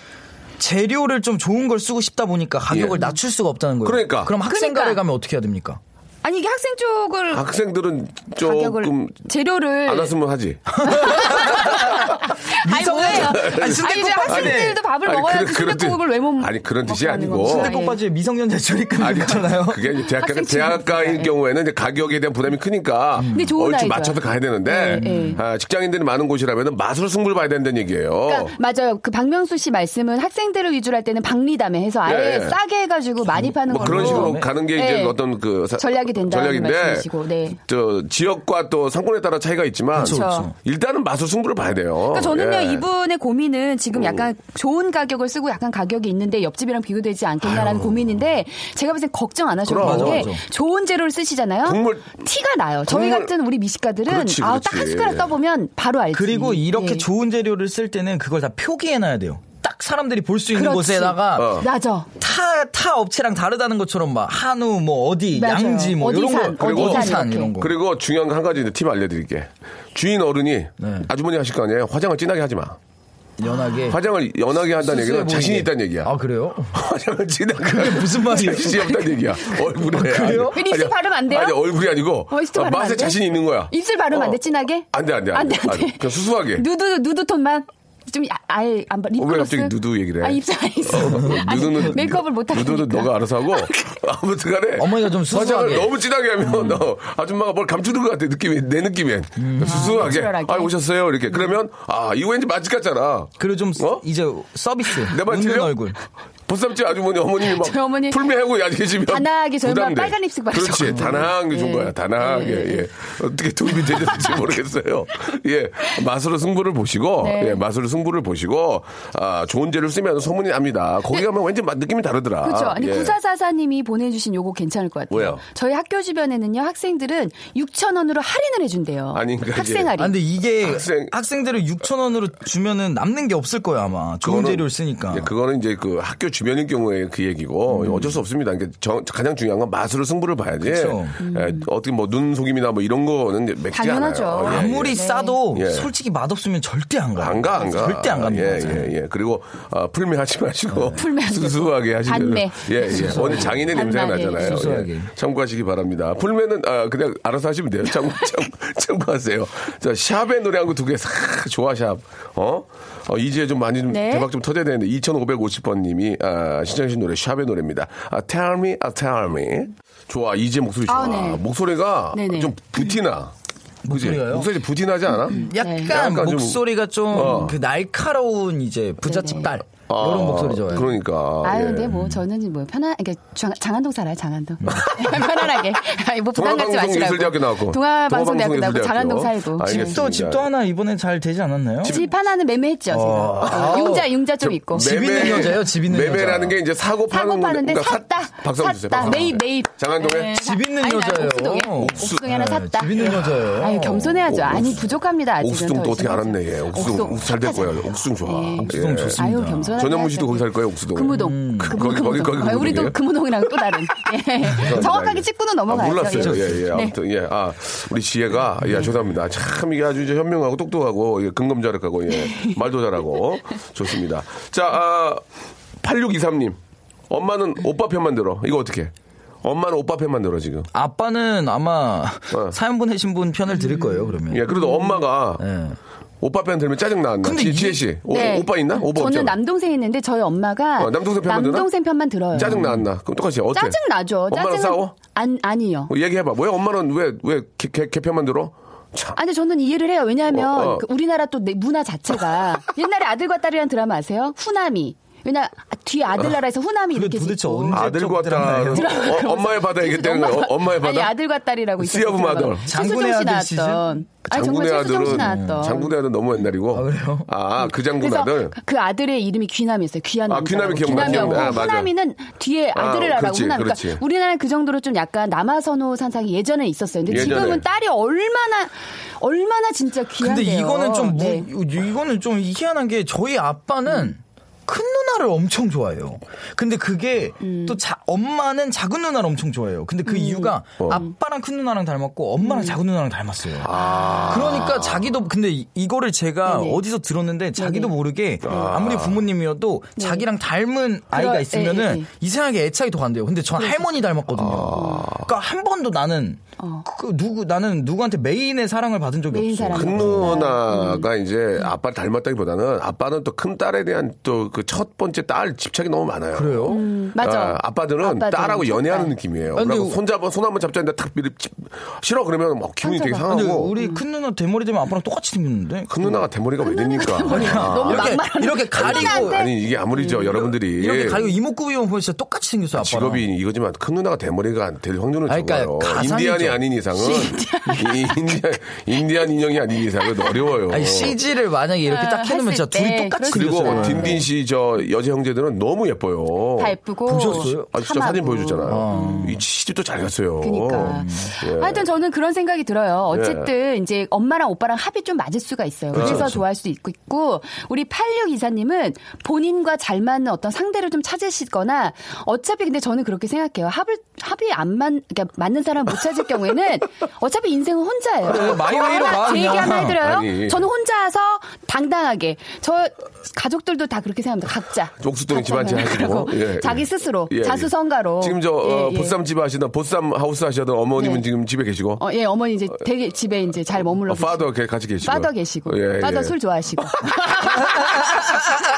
[SPEAKER 5] 재료를 좀 좋은 걸 쓰고 싶다 보니까
[SPEAKER 2] 예.
[SPEAKER 5] 가격을 낮출 수가 없다는 거예요.
[SPEAKER 2] 그러니까.
[SPEAKER 5] 그럼 학생가에
[SPEAKER 6] 그러니까.
[SPEAKER 5] 가면 어떻게 해야 됩니까?
[SPEAKER 6] 아니, 이게 학생 쪽을
[SPEAKER 2] 학생들은
[SPEAKER 6] 가격을, 네.
[SPEAKER 2] 조금
[SPEAKER 6] 재료를.
[SPEAKER 2] 안 왔으면 하지.
[SPEAKER 5] 아,
[SPEAKER 6] 아니, 뭐예요?
[SPEAKER 5] 아니,
[SPEAKER 6] 아니,
[SPEAKER 5] 순댓국밥
[SPEAKER 6] 이제 학생들도 밥을 먹어야지
[SPEAKER 2] 그런- 그런 뜻-
[SPEAKER 6] 순대국을 왜못 먹
[SPEAKER 2] 아니, 그런 뜻이 아니고.
[SPEAKER 6] 네.
[SPEAKER 5] 꽃바지에 미성년 제출이 끊겼잖아요.
[SPEAKER 2] 그게 이제 대학가,
[SPEAKER 6] 학생
[SPEAKER 2] 대학가인
[SPEAKER 6] 친구니까, 예.
[SPEAKER 2] 경우에는 이제 가격에 대한 부담이 크니까
[SPEAKER 5] 음.
[SPEAKER 6] 근데 좋은
[SPEAKER 2] 얼추
[SPEAKER 6] 아이디어야.
[SPEAKER 2] 맞춰서 가야 되는데
[SPEAKER 6] 예, 예.
[SPEAKER 2] 아, 직장인들이 많은 곳이라면 맛으로 승부를 봐야 된다는 얘기예요.
[SPEAKER 6] 그러니까 맞아요. 그 박명수 씨 말씀은 학생들을 위주로 할 때는 박리담에 해서 아예
[SPEAKER 2] 예, 예.
[SPEAKER 6] 싸게 해가지고 많이 파는
[SPEAKER 2] 뭐
[SPEAKER 6] 걸로.
[SPEAKER 5] 어.
[SPEAKER 2] 그런
[SPEAKER 5] 네.
[SPEAKER 2] 식으로 가는 게 이제
[SPEAKER 6] 예.
[SPEAKER 2] 어떤 그 사-
[SPEAKER 6] 전략이 된다는
[SPEAKER 2] 전략인데
[SPEAKER 6] 말씀이시고, 네.
[SPEAKER 2] 저 지역과 또 상권에 따라 차이가 있지만
[SPEAKER 5] 그쵸, 그쵸.
[SPEAKER 2] 일단은 맛으로 승부를 봐야 돼요.
[SPEAKER 6] 그러니까 저는요
[SPEAKER 2] 예. 음.
[SPEAKER 6] 이분의 고민은 지금 약간 좋은 가격을 쓰고 약간 가격이 있는데 옆집이랑 비교되지 않겠냐라는 고민인데 제가 봤을 때 걱정 안 하셔도
[SPEAKER 2] 그럼.
[SPEAKER 6] 되는 게
[SPEAKER 5] 맞아, 맞아.
[SPEAKER 6] 좋은 재료를 쓰시잖아요.
[SPEAKER 2] 국물-
[SPEAKER 6] 티가 나요. 저희
[SPEAKER 2] 국물-
[SPEAKER 6] 같은 우리 미식가들은
[SPEAKER 2] 그렇지,
[SPEAKER 6] 아우 딱 한
[SPEAKER 2] 그렇지.
[SPEAKER 6] 숟가락 떠보면 바로 알지.
[SPEAKER 5] 그리고 이렇게
[SPEAKER 6] 예.
[SPEAKER 5] 좋은 재료를 쓸 때는 그걸 다 표기해놔야 돼요. 딱 사람들이 볼 수 있는
[SPEAKER 6] 그렇지.
[SPEAKER 5] 곳에다가
[SPEAKER 2] 어.
[SPEAKER 6] 맞아.
[SPEAKER 5] 타, 타 업체랑 다르다는 것처럼 막 한우, 뭐 어디,
[SPEAKER 6] 맞아요.
[SPEAKER 5] 양지, 뭐 이런
[SPEAKER 6] 어디산,
[SPEAKER 5] 거. 그리고
[SPEAKER 6] 어디산
[SPEAKER 5] 어디산
[SPEAKER 6] 이렇게.
[SPEAKER 5] 이런 거.
[SPEAKER 2] 그리고 중요한 거 한 가지 팁 알려드릴게. 주인 어른이
[SPEAKER 5] 네.
[SPEAKER 2] 아주머니 하실 거 아니에요. 화장을 진하게 하지 마.
[SPEAKER 5] 연하게.
[SPEAKER 2] 화장을 연하게 한다는
[SPEAKER 5] 수수해
[SPEAKER 2] 얘기는 자신 이
[SPEAKER 5] 보이게.
[SPEAKER 2] 있다는 얘기야.
[SPEAKER 5] 아, 그래요?
[SPEAKER 2] 화장을 진하게
[SPEAKER 5] 그게 무슨 말이에요?
[SPEAKER 2] 자신이 없다는 얘기야. 얼굴에.
[SPEAKER 5] 그래요?
[SPEAKER 2] 아니,
[SPEAKER 6] 입술
[SPEAKER 2] 아니,
[SPEAKER 6] 바르면 안 돼요?
[SPEAKER 2] 아니 얼굴이 아니고
[SPEAKER 6] 어, 입술
[SPEAKER 2] 아,
[SPEAKER 6] 바르면
[SPEAKER 2] 맛에
[SPEAKER 6] 안 돼?
[SPEAKER 2] 자신 이 있는 거야.
[SPEAKER 6] 입술 바르면 안 돼,
[SPEAKER 2] 어.
[SPEAKER 6] 진하게?
[SPEAKER 2] 안 돼, 안 돼, 안 돼.
[SPEAKER 6] 안 돼, 네. 안
[SPEAKER 2] 아니,
[SPEAKER 6] 돼.
[SPEAKER 2] 그냥 수수하게.
[SPEAKER 6] 누드 누드 톤만 좀 아- 아예 안 봐. 립글로스.
[SPEAKER 2] 어, 왜 갑자기 누드 얘기를 해?
[SPEAKER 6] 아 입술 안 있어. 아니,
[SPEAKER 2] 누드는
[SPEAKER 6] 메이크업을 못 하니까.
[SPEAKER 2] 누드는 너가 알아서 하고 아무튼간에
[SPEAKER 5] 어머니가 좀
[SPEAKER 2] 화장을
[SPEAKER 5] 수수하게. 음.
[SPEAKER 2] 너무 진하게 하면 너 아줌마가 뭘 감추는 것 같아 느낌이 내 느낌엔 수수하게 아,
[SPEAKER 6] 내추럴하게. 음.
[SPEAKER 2] 오셨어요 이렇게 그러면 아 이거 왠지 맛집 같잖아
[SPEAKER 5] 그리고 좀
[SPEAKER 2] 어?
[SPEAKER 5] 이제 서비스.
[SPEAKER 2] 내말
[SPEAKER 5] 웃는
[SPEAKER 2] 틀려?
[SPEAKER 5] 얼굴.
[SPEAKER 2] 보쌈집 아주머니 어머님이 막
[SPEAKER 6] 저희 어머니
[SPEAKER 2] 풀메 하고 야계시면
[SPEAKER 6] 단아하게 저희 엄마 빨간 네. 입술
[SPEAKER 2] 그렇지
[SPEAKER 6] 바르셨거든요.
[SPEAKER 2] 단아한 게 좋은 거야 단아하게
[SPEAKER 6] 네.
[SPEAKER 2] 예. 어떻게 도움이 되는지 모르겠어요 예 맛으로 승부를 보시고
[SPEAKER 6] 네.
[SPEAKER 2] 예 맛으로 승부를 보시고 아 좋은 재료를 쓰면 소문이 납니다 거기 가면 왠지 맛 느낌이 다르더라
[SPEAKER 6] 네. 그렇죠. 아니
[SPEAKER 2] 예.
[SPEAKER 6] 구사사사님이 보내주신 요거 괜찮을 것 같아요.
[SPEAKER 2] 왜요?
[SPEAKER 6] 저희 학교 주변에는요 학생들은 6천 원으로 할인을 해준대요.
[SPEAKER 2] 아니, 그러니까
[SPEAKER 6] 학생
[SPEAKER 2] 이제-
[SPEAKER 5] 아,
[SPEAKER 6] 할인.
[SPEAKER 5] 근데 이게
[SPEAKER 2] 학생-
[SPEAKER 5] 학생... 들을 6천 원으로 주면은 남는 게 없을 거예요 아마 좋은
[SPEAKER 2] 그거는-
[SPEAKER 5] 재료를 쓰니까. 음.
[SPEAKER 2] 예, 그거는 이제 그 학교 주변인 경우에 그 얘기고 어쩔 수 없습니다. 그러니까 저- 가장 중요한 건 맛으로 승부를 봐야지.
[SPEAKER 5] 그쵸.
[SPEAKER 2] 예, 어떻게 뭐 눈 속임이나 뭐 이런 거는 이제 맥히지
[SPEAKER 6] 당연하죠.
[SPEAKER 2] 않아요. 예, 예.
[SPEAKER 5] 아무리 싸도
[SPEAKER 2] 예.
[SPEAKER 5] 솔직히 맛없으면 절대 안 가.
[SPEAKER 2] 안 가, 안 가.
[SPEAKER 5] 절대 안 네. 갑니다.
[SPEAKER 2] 예, 예, 예. 그리고, 아, 풀매하지 마시고.
[SPEAKER 6] 풀매 하지 마시고.
[SPEAKER 2] 순수하게 하시면.
[SPEAKER 6] 반매.
[SPEAKER 2] 예, 예. 오늘 장인의 냄새가
[SPEAKER 6] 반나게.
[SPEAKER 2] 나잖아요.
[SPEAKER 5] 순수하게.
[SPEAKER 2] 예. 참고하시기 바랍니다. 풀매는, 아, 그냥 알아서 하시면 돼요. 참고, 참, 참고하세요. 자, 샵의 노래 한 곡 두 개 싹, 좋아, 샵. 어? 어, 이제 좀 많이 좀
[SPEAKER 6] 네.
[SPEAKER 2] 대박 좀 터져야 되는데, 2550번 님이, 아, 신청하신 노래, 샵의 노래입니다. 아, tell me, 아, tell me. 좋아, 이제 목소리 좋아.
[SPEAKER 6] 아, 네.
[SPEAKER 2] 목소리가
[SPEAKER 6] 네네.
[SPEAKER 2] 좀 부티나. 그지?
[SPEAKER 5] 목소리가요? 음,
[SPEAKER 2] 목소리 부티나지 않아?
[SPEAKER 6] 네.
[SPEAKER 5] 약간,
[SPEAKER 2] 약간 좀-
[SPEAKER 5] 목소리가 좀
[SPEAKER 2] 어.
[SPEAKER 5] 그 날카로운 이제 부잣집 딸.
[SPEAKER 2] 아,
[SPEAKER 7] 이런 목소리 좋아요.
[SPEAKER 2] 그러니까.
[SPEAKER 6] 아유,
[SPEAKER 2] 예.
[SPEAKER 6] 근데 뭐 저는 뭐 편안, 그러니까 장, 장안동 살아요, 장안동. 편안하게. 아니, 뭐 부담 갖지 마시라고.
[SPEAKER 2] 동아방송예술대학교 나왔고.
[SPEAKER 6] 동아방송대학교 나고
[SPEAKER 2] 동아방송예술대학교.
[SPEAKER 6] 장안동 살고. 네.
[SPEAKER 2] 아, 알겠습니다.
[SPEAKER 5] 또 집도 하나 이번에 잘 되지 않았나요?
[SPEAKER 6] 집, 하나는 매매했죠, 제가. 어, 융자, 융자 좀 있고.
[SPEAKER 2] 아. 매-
[SPEAKER 7] 집 있는 여자예요, 집 있는
[SPEAKER 2] 매매라는
[SPEAKER 7] 여자.
[SPEAKER 2] 게 이제 사고 파는
[SPEAKER 6] 사고
[SPEAKER 2] 건데.
[SPEAKER 6] 파는데
[SPEAKER 2] 그러니까
[SPEAKER 6] 샀다.
[SPEAKER 2] 사- 박수 한번 주세요. 박수
[SPEAKER 6] 샀다.
[SPEAKER 2] 한번
[SPEAKER 6] 매입,
[SPEAKER 2] 주세요.
[SPEAKER 6] 매입.
[SPEAKER 2] 장안동에?
[SPEAKER 6] 네,
[SPEAKER 7] 집 있는
[SPEAKER 6] 아니, 아니,
[SPEAKER 7] 여자예요.
[SPEAKER 6] 옥수동에.
[SPEAKER 2] 옥수-
[SPEAKER 6] 옥수동에 하나
[SPEAKER 7] 네,
[SPEAKER 6] 샀다.
[SPEAKER 7] 집 있는 여자예요.
[SPEAKER 6] 아유, 겸손해야죠.
[SPEAKER 2] 오,
[SPEAKER 6] 아니, 부족합니다, 아직은.
[SPEAKER 2] 어, 옥수동 또
[SPEAKER 6] 더
[SPEAKER 2] 어떻게
[SPEAKER 6] 열심히
[SPEAKER 2] 알았네,
[SPEAKER 6] 해야죠.
[SPEAKER 2] 얘. 옥수동, 옥수 잘될 거야. 옥수동 좋아.
[SPEAKER 6] 예.
[SPEAKER 5] 옥수동 좋습니다.
[SPEAKER 6] 아유, 겸손하게.
[SPEAKER 2] 전현무 씨도
[SPEAKER 6] 해야죠.
[SPEAKER 2] 거기 살 거예요, 옥수동.
[SPEAKER 6] 금우동. 금우동.
[SPEAKER 2] 거기, 거기, 거기
[SPEAKER 6] 아, 우리
[SPEAKER 2] 금우동이에요?
[SPEAKER 6] 또 금우동이랑 또 다른. 예. 정확하게 찍고는 넘어가야죠.
[SPEAKER 2] 아, 몰랐어요.
[SPEAKER 6] 예.
[SPEAKER 2] 예, 예. 아무튼, 예. 아, 우리 지혜가, 예,
[SPEAKER 6] 네.
[SPEAKER 2] 죄송합니다. 참 이게 아주 이제 현명하고 똑똑하고, 예, 근검자력하고, 예, 말도 잘하고. 좋습니다. 자, 아, 8623님. 엄마는 오빠 편만 들어. 이거 어떻게? 엄마는 오빠 편만 들어, 지금.
[SPEAKER 5] 아빠는 아마
[SPEAKER 2] 어.
[SPEAKER 5] 사연 보내신 분 편을 들을
[SPEAKER 6] 음.
[SPEAKER 5] 거예요, 그러면.
[SPEAKER 2] 예, 그래도 엄마가
[SPEAKER 5] 예.
[SPEAKER 2] 오빠 편 들면 짜증 나안 나.
[SPEAKER 5] 근데
[SPEAKER 2] 지-
[SPEAKER 5] 이게-
[SPEAKER 2] 지혜 씨. 오,
[SPEAKER 6] 네.
[SPEAKER 2] 오빠 있나? 오빠
[SPEAKER 6] 저는
[SPEAKER 2] 없잖아.
[SPEAKER 6] 남동생 있는데 저희 엄마가
[SPEAKER 2] 어, 남동생 편만 들어?
[SPEAKER 6] 남동생 편만 들어요.
[SPEAKER 2] 짜증 나안 나. 그럼 똑같이 어때?
[SPEAKER 6] 짜증 나죠.
[SPEAKER 2] 엄마랑
[SPEAKER 6] 짜증은
[SPEAKER 2] 싸워?
[SPEAKER 6] 안 아니요.
[SPEAKER 2] 뭐 얘기해봐. 왜 엄마는 왜, 왜 개, 개, 개 편만 들어? 참.
[SPEAKER 6] 아니 저는 이해를 해요. 왜냐하면
[SPEAKER 2] 어, 어.
[SPEAKER 6] 그 우리나라 또 내- 문화 자체가 옛날에 아들과 딸이라는 드라마 아세요? 후남이. 왜냐 뒤에 아들 나라에서 후남이
[SPEAKER 5] 그게
[SPEAKER 6] 이렇게
[SPEAKER 5] 도대체
[SPEAKER 6] 짓고.
[SPEAKER 5] 언제
[SPEAKER 2] 아들과
[SPEAKER 5] 좀 드라마예요?
[SPEAKER 2] 딸. 어, 엄마의 바다 얘기했다는 거예요. 어, 엄마의 바다.
[SPEAKER 6] 아니 아들과 딸이라고
[SPEAKER 2] Sea of
[SPEAKER 6] 있었어요.
[SPEAKER 2] Mother.
[SPEAKER 6] 최수정 씨
[SPEAKER 5] 장군의 아들 시즌?
[SPEAKER 6] 나왔던. 아니 정말
[SPEAKER 2] 장군의
[SPEAKER 6] 최수정 씨
[SPEAKER 2] 아들은
[SPEAKER 6] 나왔던.
[SPEAKER 2] 장군의 아들 너무 옛날이고.
[SPEAKER 5] 아, 그래요?
[SPEAKER 2] 아, 그 장군
[SPEAKER 6] 그래서
[SPEAKER 2] 아들.
[SPEAKER 6] 그 아들의 이름이 귀남이었어요. 귀한
[SPEAKER 2] 아,
[SPEAKER 6] 남자라고.
[SPEAKER 2] 귀남이 기억나,
[SPEAKER 6] 귀남이었고
[SPEAKER 2] 기억나. 아, 맞아.
[SPEAKER 6] 후남이는 뒤에
[SPEAKER 2] 아,
[SPEAKER 6] 아들을 알아.
[SPEAKER 2] 그렇지,
[SPEAKER 6] 후남. 그러니까
[SPEAKER 2] 그렇지.
[SPEAKER 6] 우리나라는 그 정도로 좀 약간 남아선호 산상이 예전에 있었어요. 근데
[SPEAKER 2] 예전에.
[SPEAKER 6] 지금은 딸이 얼마나 얼마나 진짜
[SPEAKER 5] 근데
[SPEAKER 6] 귀한데요.
[SPEAKER 5] 이거는 좀 무,
[SPEAKER 6] 네.
[SPEAKER 5] 이거는 좀 희한한 게 저희 아빠는 큰 누나를 엄청 좋아해요. 근데 그게
[SPEAKER 6] 음.
[SPEAKER 5] 또 자, 엄마는 작은 누나를 엄청 좋아해요. 근데 그 이유가 아빠랑 큰 누나랑 닮았고
[SPEAKER 6] 음.
[SPEAKER 5] 엄마랑 작은 누나랑 닮았어요. 그러니까 자기도 근데 이- 이거를 제가
[SPEAKER 6] 네네.
[SPEAKER 5] 어디서 들었는데 자기도 모르게 아무리 부모님이어도 자기랑 닮은 아이가
[SPEAKER 6] 네. 그러-
[SPEAKER 5] 있으면은
[SPEAKER 6] 예, 예, 예.
[SPEAKER 5] 이상하게 애착이 더 간대요. 근데 전 할머니 닮았거든요. 그러니까 한 번도 나는 그 누구 나는 누구한테 메인의 사랑을 받은 적이
[SPEAKER 6] 어. 메인
[SPEAKER 5] 없어. 요
[SPEAKER 6] 사랑.
[SPEAKER 2] 큰 누나가 이제 아빠를 닮았다기보다는 아빠는 또 큰 딸에 대한 또 그 첫 번째 딸 집착이 너무 많아요. 그래요?
[SPEAKER 6] 음. 맞아.
[SPEAKER 2] 아, 빠들은
[SPEAKER 6] 아빠들은
[SPEAKER 2] 딸하고
[SPEAKER 6] 첫
[SPEAKER 2] 연애하는
[SPEAKER 6] 딸.
[SPEAKER 2] 느낌이에요.
[SPEAKER 5] 근데
[SPEAKER 2] 그리고
[SPEAKER 5] 우-
[SPEAKER 2] 손잡아 손 한번 잡자는데 탁 미리 치- 싫어 그러면 막 기분이 되게
[SPEAKER 5] 근데
[SPEAKER 2] 상하고.
[SPEAKER 5] 우리 큰 누나 대머리 되면 아빠랑 똑같이 생겼는데.
[SPEAKER 2] 큰 누나가 대머리가 왜 됩니까? 아.
[SPEAKER 6] 너무
[SPEAKER 5] 이렇게,
[SPEAKER 6] 막말하네.
[SPEAKER 5] 이렇게 가리고
[SPEAKER 2] 아니 이게 아무리죠 여러분들이
[SPEAKER 5] 이렇게 가리고 이목구비만 보면 진짜 똑같이 생겼어 아빠.
[SPEAKER 2] 직업이 이거지만 큰 누나가 대머리가 안 될 확률은
[SPEAKER 5] 아니, 그러니까
[SPEAKER 2] 적어요.
[SPEAKER 5] 가상이죠.
[SPEAKER 2] 인디안이 아닌 이상은 이 인디안, 인디안 인형이 아닌 이상은 어려워요.
[SPEAKER 5] 아니 CG를 만약에 이렇게 딱 해놓으면 진짜
[SPEAKER 6] 했을
[SPEAKER 5] 둘이
[SPEAKER 6] 때
[SPEAKER 5] 똑같이
[SPEAKER 6] 그럴 아, 수
[SPEAKER 5] 생겼어.
[SPEAKER 2] 그리고 뭐 딘딘 씨 저 여자 형제들은 너무 예뻐요.
[SPEAKER 6] 다 예쁘고
[SPEAKER 5] 보셨어요? 어.
[SPEAKER 2] 아 진짜
[SPEAKER 6] 참하고.
[SPEAKER 2] 사진 보여줬잖아요. 이 시집도 잘 갔어요.
[SPEAKER 6] 그러니까.
[SPEAKER 2] 예.
[SPEAKER 6] 하여튼 저는 그런 생각이 들어요. 어쨌든 이제 엄마랑 오빠랑 합이 좀 맞을 수가 있어요.
[SPEAKER 2] 그렇죠,
[SPEAKER 6] 그래서 좋아할 수도 있고, 있고 우리 86 이사님은 본인과 잘 맞는 어떤 상대를 좀 찾으시거나 어차피 근데 저는 그렇게 생각해요. 합을 합이 안 맞, 그러니까 맞는 사람 못 찾을 경우에는 어차피 인생은 혼자예요.
[SPEAKER 5] 그래, 마이웨이로
[SPEAKER 6] 저 하나
[SPEAKER 5] 가,
[SPEAKER 6] 제 얘기
[SPEAKER 5] 그냥.
[SPEAKER 6] 하나 해드려요.
[SPEAKER 2] 아니.
[SPEAKER 6] 저는 혼자서 당당하게 저 가족들도 다 그렇게 생각합니다. 각자.
[SPEAKER 2] 옥수동이
[SPEAKER 6] 각자
[SPEAKER 2] 집안지 하시고
[SPEAKER 6] 생각하고
[SPEAKER 2] 예, 예.
[SPEAKER 6] 자기 스스로
[SPEAKER 2] 예, 예.
[SPEAKER 6] 자수성가로
[SPEAKER 2] 지금 저 어,
[SPEAKER 6] 예, 예.
[SPEAKER 2] 보쌈 집 하시던 보쌈 하우스 하시던 어머님은
[SPEAKER 6] 네.
[SPEAKER 2] 지금 집에 계시고
[SPEAKER 6] 어, 예, 어머니 이제 되게 집에 이제 잘 머물러
[SPEAKER 2] 어,
[SPEAKER 6] 계시고.
[SPEAKER 2] 파더 게- 같이 계시고
[SPEAKER 6] 빠더 계시고.
[SPEAKER 2] 예,
[SPEAKER 6] 빠더
[SPEAKER 2] 예.
[SPEAKER 6] 술 좋아하시고.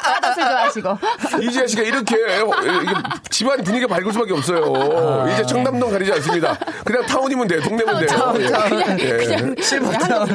[SPEAKER 6] 빠더 술 좋아하시고.
[SPEAKER 2] 이지아 씨가 이렇게 어, 이게 집안 분위기가 밝을 수밖에 없어요.
[SPEAKER 6] 아.
[SPEAKER 2] 이제 청담동 가리지 않습니다. 그냥 타운이면 돼요. 동네면 돼요. 예.
[SPEAKER 6] 그냥,
[SPEAKER 2] 예.
[SPEAKER 6] 그냥,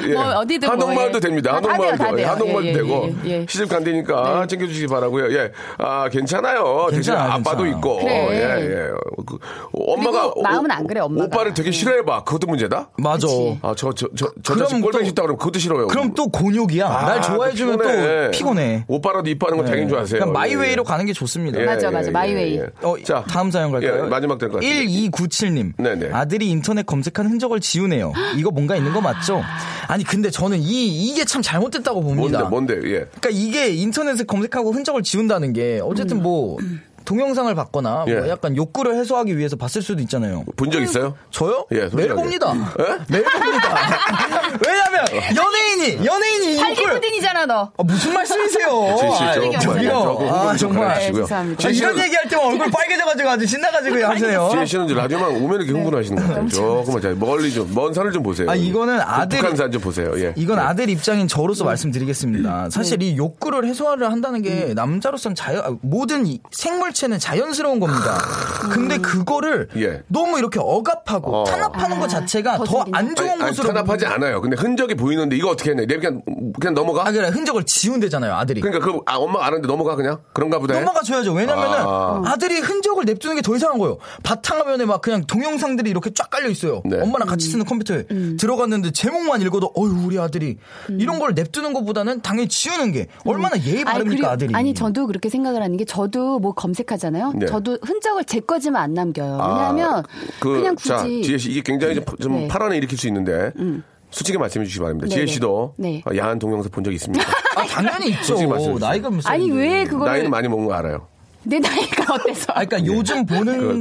[SPEAKER 2] 예.
[SPEAKER 6] 뭐 어디든 아,
[SPEAKER 2] 한옥마을도 됩니다. 한옥마을도
[SPEAKER 6] 다 돼요, 다 돼요.
[SPEAKER 2] 한옥마을도
[SPEAKER 6] 예, 예,
[SPEAKER 2] 되고
[SPEAKER 6] 예, 예.
[SPEAKER 2] 시집 간다니까 챙겨주시기 바라고요. 예, 아 괜찮아요. 대신
[SPEAKER 5] 괜찮아요,
[SPEAKER 2] 아빠도
[SPEAKER 5] 괜찮아요.
[SPEAKER 2] 있고
[SPEAKER 6] 그래.
[SPEAKER 2] 예, 예. 어, 그, 어, 엄마가
[SPEAKER 6] 그리고 마음은 안 그래, 엄마가. 예.
[SPEAKER 2] 오빠를 되게 싫어해봐. 그것도 문제다.
[SPEAKER 5] 맞아.
[SPEAKER 6] 그치.
[SPEAKER 2] 아 저 저 저
[SPEAKER 5] 그럼
[SPEAKER 2] 자식 꼴뱅이
[SPEAKER 5] 또-
[SPEAKER 2] 싫다 그러면 그것도 싫어요.
[SPEAKER 5] 그럼 또 곤욕이야.
[SPEAKER 2] 아,
[SPEAKER 5] 날 좋아해주면 또 피곤해.
[SPEAKER 2] 오빠라도 이뻐하는 건 당연인 줄 아세요.
[SPEAKER 5] 그러니까
[SPEAKER 2] 예, 예.
[SPEAKER 5] 마이웨이로 가는 게 좋습니다.
[SPEAKER 2] 예,
[SPEAKER 6] 맞아,
[SPEAKER 2] 예,
[SPEAKER 6] 맞아.
[SPEAKER 2] 예,
[SPEAKER 6] 마이웨이.
[SPEAKER 2] 예, 예.
[SPEAKER 5] 어,
[SPEAKER 2] 자,
[SPEAKER 5] 다음 사연 갈까요?
[SPEAKER 2] 예, 마지막 될것 같아요.
[SPEAKER 5] 1297님.
[SPEAKER 2] 네네.
[SPEAKER 5] 아들이 인터넷 검색한 흔적을 지우네요. 이거 뭔가 있는 거 맞죠? 아니, 근데 저는 이, 이게 참 잘못됐다고
[SPEAKER 2] 뭔데
[SPEAKER 5] 봅니다.
[SPEAKER 2] 뭔데 예.
[SPEAKER 5] 그러니까 이게 인터넷에 검색하고 흔적을 지운다는 게 어쨌든 뭐 동영상을 봤거나 뭐
[SPEAKER 2] 예.
[SPEAKER 5] 약간 욕구를 해소하기 위해서 봤을 수도 있잖아요.
[SPEAKER 2] 본 적 있어요?
[SPEAKER 5] 저요?
[SPEAKER 2] 예,
[SPEAKER 5] 매일
[SPEAKER 2] 솔직하게.
[SPEAKER 5] 봅니다. 매일 봅니다. 왜냐면 연예인이 연예인이 이
[SPEAKER 6] 딸기
[SPEAKER 5] 욕구를
[SPEAKER 6] pudding이잖아, 너.
[SPEAKER 5] 아, 무슨 말씀이세요? 아,
[SPEAKER 2] 진실 좀
[SPEAKER 5] 저기요. 아, 정말.
[SPEAKER 6] 네, 죄송합니다.
[SPEAKER 5] 아,
[SPEAKER 2] 지혜
[SPEAKER 5] 이런
[SPEAKER 2] 씨는,
[SPEAKER 5] 얘기할 때만 얼굴 빨개져가지고 아주 신나가지고 하세요.
[SPEAKER 2] 지혜 씨는 이제 라디오만 오면 이렇게 흥분하시는 것 같아요. 조금만 자, 멀리 좀, 먼 산을 좀 보세요.
[SPEAKER 5] 아, 이거는 아들이-
[SPEAKER 2] 북한 산좀 보세요. 예.
[SPEAKER 5] 이건 아들 입장인 저로서
[SPEAKER 2] 네. 음.
[SPEAKER 5] 말씀드리겠습니다. 사실 이 욕구를 해소를 한다는 게 남자로서는 자연 아, 모든 이- 생물 침체는 자연스러운 겁니다. 근데 그거를
[SPEAKER 2] 아. 음. 예.
[SPEAKER 5] 너무 이렇게 억압하고
[SPEAKER 2] 어.
[SPEAKER 5] 탄압하는 것 자체가
[SPEAKER 6] 더
[SPEAKER 5] 더
[SPEAKER 6] 들리네.
[SPEAKER 5] 안 좋은
[SPEAKER 2] 아니, 아니,
[SPEAKER 5] 곳으로
[SPEAKER 2] 탄압하지
[SPEAKER 5] 보는-
[SPEAKER 2] 않아요. 근데 흔적이 보이는데 이거 어떻게 했냐. 내 그냥 그냥 넘어가.
[SPEAKER 5] 아, 그래 흔적을 지운대잖아요 아들이.
[SPEAKER 2] 그러니까 그 아, 엄마 가 아는데 넘어가 그냥 그런가 보다.
[SPEAKER 5] 넘어가 줘야죠. 왜냐면은
[SPEAKER 2] 네. 아.
[SPEAKER 5] 아. 들이 흔적을 냅두는 게 더 이상한 거예요. 바탕화면에 막 그냥 동영상들이 이렇게 쫙 깔려 있어요.
[SPEAKER 2] 네.
[SPEAKER 5] 엄마랑 같이 쓰는 컴퓨터에
[SPEAKER 6] 음.
[SPEAKER 5] 들어갔는데 제목만 읽어도 어유 우리 아들이 이런 걸 냅두는 것보다는 당연히 지우는 게 얼마나 예의 바릅니까
[SPEAKER 6] 그리고-
[SPEAKER 5] 아들이.
[SPEAKER 6] 음. 아니 저도 그렇게 생각을 하는 게 저도 뭐 검색하잖아요.
[SPEAKER 2] 네.
[SPEAKER 6] 저도 흔적을 제 거지만 안 남겨요.
[SPEAKER 2] 아,
[SPEAKER 6] 왜냐하면
[SPEAKER 2] 그,
[SPEAKER 6] 그냥
[SPEAKER 2] 자,
[SPEAKER 6] 굳이
[SPEAKER 2] 지혜 씨 이게 굉장히 좀, 좀
[SPEAKER 6] 네. 음.
[SPEAKER 2] 파란에 일으킬 수 있는데 솔직히 말씀해 주시기 바랍니다.
[SPEAKER 6] 네,
[SPEAKER 2] 지혜
[SPEAKER 6] 네.
[SPEAKER 2] 씨도
[SPEAKER 6] 네.
[SPEAKER 2] 어, 야한 동영상 본 적 있습니까?
[SPEAKER 5] 아, 당연히 있죠.
[SPEAKER 2] 솔직히 말씀해주세요.
[SPEAKER 5] 나이가 무슨 음.
[SPEAKER 6] 아니 왜 그거를
[SPEAKER 2] 나이는 많이 먹은 거 알아요.
[SPEAKER 6] 내 나이가 어때서?
[SPEAKER 5] 아 그러니까 요즘 보는